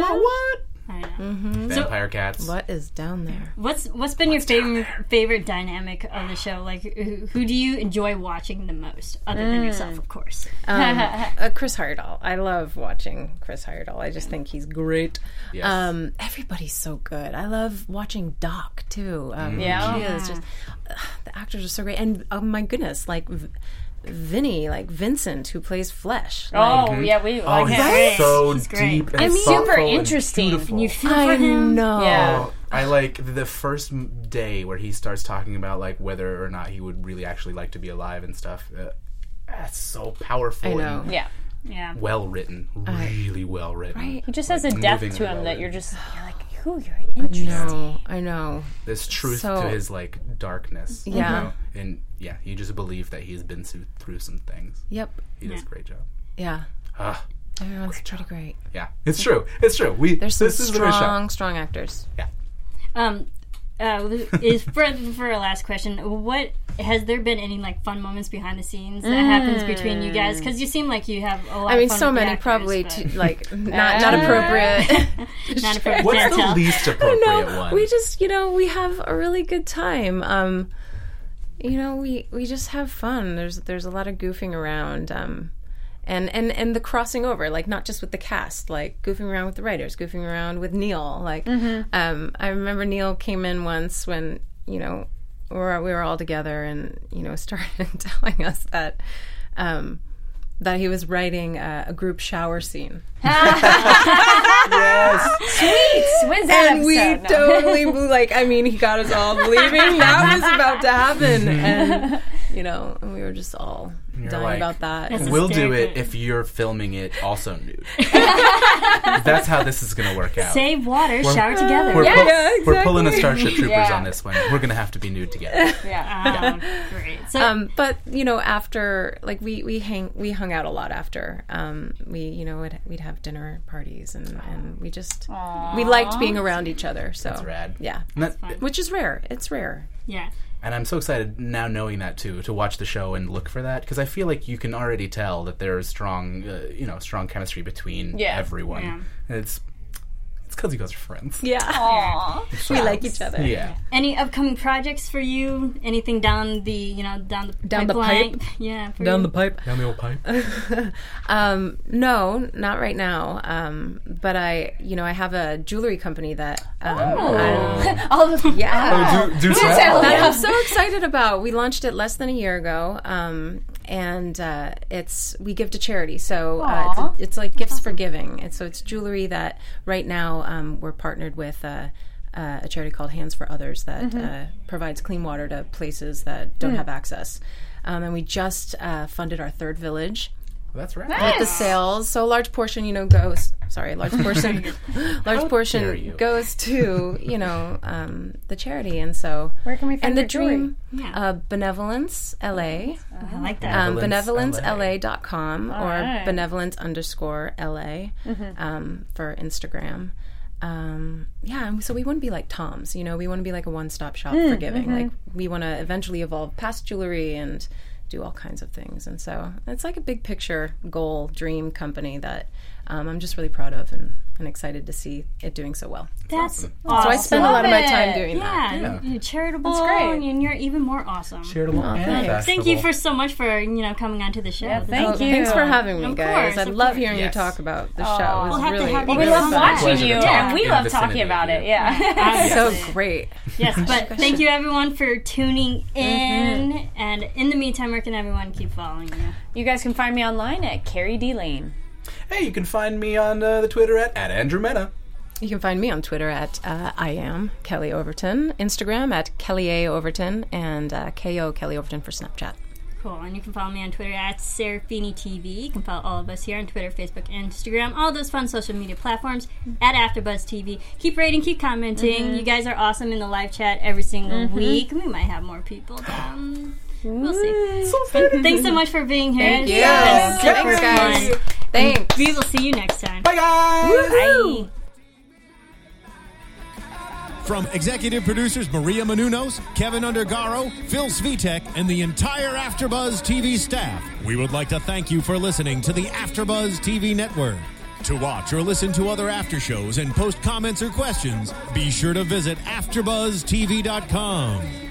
what? what?
I know.
Vampire cats.
what is down there
What's what's been your favorite favorite dynamic of the show? Like, who, who do you enjoy watching the most, other
Mm.
than yourself, of course?
uh, Chris Hardall. I love watching Chris Hardall. I just think he's great.
Yes.
Um, everybody's so good. I love watching Doc too.
Mm.
Um,
Yeah.
she is just ugh, the actors are so great, and oh my goodness, like v- Vinny, like Vincent, who plays Flesh.
Oh yeah, we
Oh,
like
he's
him.
so
great.
deep and
I mean,
thoughtful
super
and
interesting.
beautiful.
You feel for
I
him.
know.
Yeah.
Oh, I like the first m- day where he starts talking about like whether or not he would really actually like to be alive and stuff. Uh, that's so powerful.
I know.
And
Yeah.
Yeah.
Well written, really well written.
He just has a depth
moving
to him
well
that
in.
you're just you're like, who you're interested.
No, I know.
There's truth to
So-
his like darkness. you
Yeah.
know? and yeah, you just believe that he's been through, through some things.
Yep.
He does a great job.
Yeah.
Ah.
Everyone's pretty great.
Yeah, it's true. It's true. We
There's some
this is the show.
strong, strong actors.
Um, uh, is for for our last question, what has there been any like fun moments behind the scenes that happens between you guys? Because you seem like you have a lot.
I mean,
of fun
so
with the
many
actors,
probably
but
too, like not not appropriate.
not for
What's the
tell.
least
I
appropriate
don't know.
one?
We just, you know, we have a really good time. Um, you know we we just have fun there's there's a lot of goofing around um and and and the crossing over like not just with the cast like goofing around with the writers goofing around with neil like um i remember neil came in once when you know we were, we were all together and you know started telling us that um that he was writing a, a group shower scene
When's that
and we
episode? No.
totally blew like i mean he got us all believing that was about to happen and you know and we were just all dying
like,
about that And-
We'll do
hysterical.
it if you're filming it also nude. That's how this is going to work out.
Save water, shower together.
We're,
Yes.
pull-
Yeah,
we're pulling a Starship Troopers
Yeah.
on this one. We're going to have to be nude together.
Yeah.
Um, great. So,
um, but you know after like we we hang we hung out a lot after um, we you know would, we'd have dinner parties and, and we just we liked being around each other so that's
rad.
yeah
And, that-
which is rare it's rare
yeah.
and I'm so excited now knowing that too to watch the show and look for that because I feel like you can already tell that there is strong, uh, you know, strong chemistry between
Yeah.
everyone. And it's it's because you guys are friends.
yeah
Aw.
we like each other
Yeah.
Any upcoming projects for you? Anything down the you know down the
Down the
pipeline? Yeah. For you?
pipe
Down the old pipe.
Um, no, not right now. Um, but I, you know, I have a jewelry company that um,
Oh.
I'm,
All the
yeah,
Oh, do, do
tell.
that I'm so excited about. We launched it less than a year ago, um, and uh, it's we give to charity. So uh, it's,
Aw.
it's like gifts for giving, and so it's jewelry that right now um, we're partnered with. Uh, uh, a charity called Hands for Others that
Mm-hmm.
uh, provides clean water to places that
Mm.
don't have access. Um, and we just uh, funded our third village
That's right.
with the sales. So a large portion, you know, goes. Sorry, a large portion, large
dare
portion
you.
goes to you know um, the charity, and so
Where can we find
and the
your jewelry?
dream.
Yeah.
Uh, benevolence LA,
I like that.
um,
Benevolence
benevolencela.com or
right.
benevolence underscore LA um, for Instagram. Um, yeah, and so we want to be like Tom's, you know, we want to be like a one stop shop for giving. Like, we want to eventually evolve past jewelry and do all kinds of things. And so it's like a big picture goal, dream company that um, I'm just really proud of and, and excited to see it doing so well.
That's awesome.
So I spend a lot of my
Love
time
it.
doing that.
yeah, You're charitable.
great.
And you're even more awesome.
Charitable and
Thank you for so much for you know coming onto the show. This
thank
is-
you.
Oh, Thanks for having me,
Of
guys.
course,
I
of
love
course.
hearing
Yes.
you talk about the show. It was
We'll have to
really,
have you
really
We
It's
love
fun.
watching
Pleasure
you.
to talk
and we
in
love
the
talking
vicinity of
about
you.
it. Yeah.
so great.
Yes, but thank you everyone for tuning in. And in the meantime, where can everyone keep following you?
you guys can find me online at Carrie D Lane.
Hey, you can find me on uh, the Twitter at, at Andrew Mena.
You can find me on Twitter at uh, I am Kelly Overton, Instagram at Kelly A Overton, and uh, KO Kelly Overton for Snapchat.
Cool. And you can follow me on Twitter at Serafini TV. You can follow all of us here on Twitter, Facebook, Instagram, all those fun social media platforms at AfterBuzz TV. Keep rating, keep commenting. You guys are awesome in the live chat every single week. We might have more people. Um, we'll see. Thanks so much for being here. Thank
Yes. Thanks, guys. Thanks.
We will see you next time.
Bye, guys!
Bye.
From executive producers Maria Manunos, Kevin Undergaro, Phil Svitek, and the entire AfterBuzz TV staff, we would like to thank you for listening to the AfterBuzz TV network. To watch or listen to other after shows and post comments or questions, be sure to visit AfterBuzzTV.com.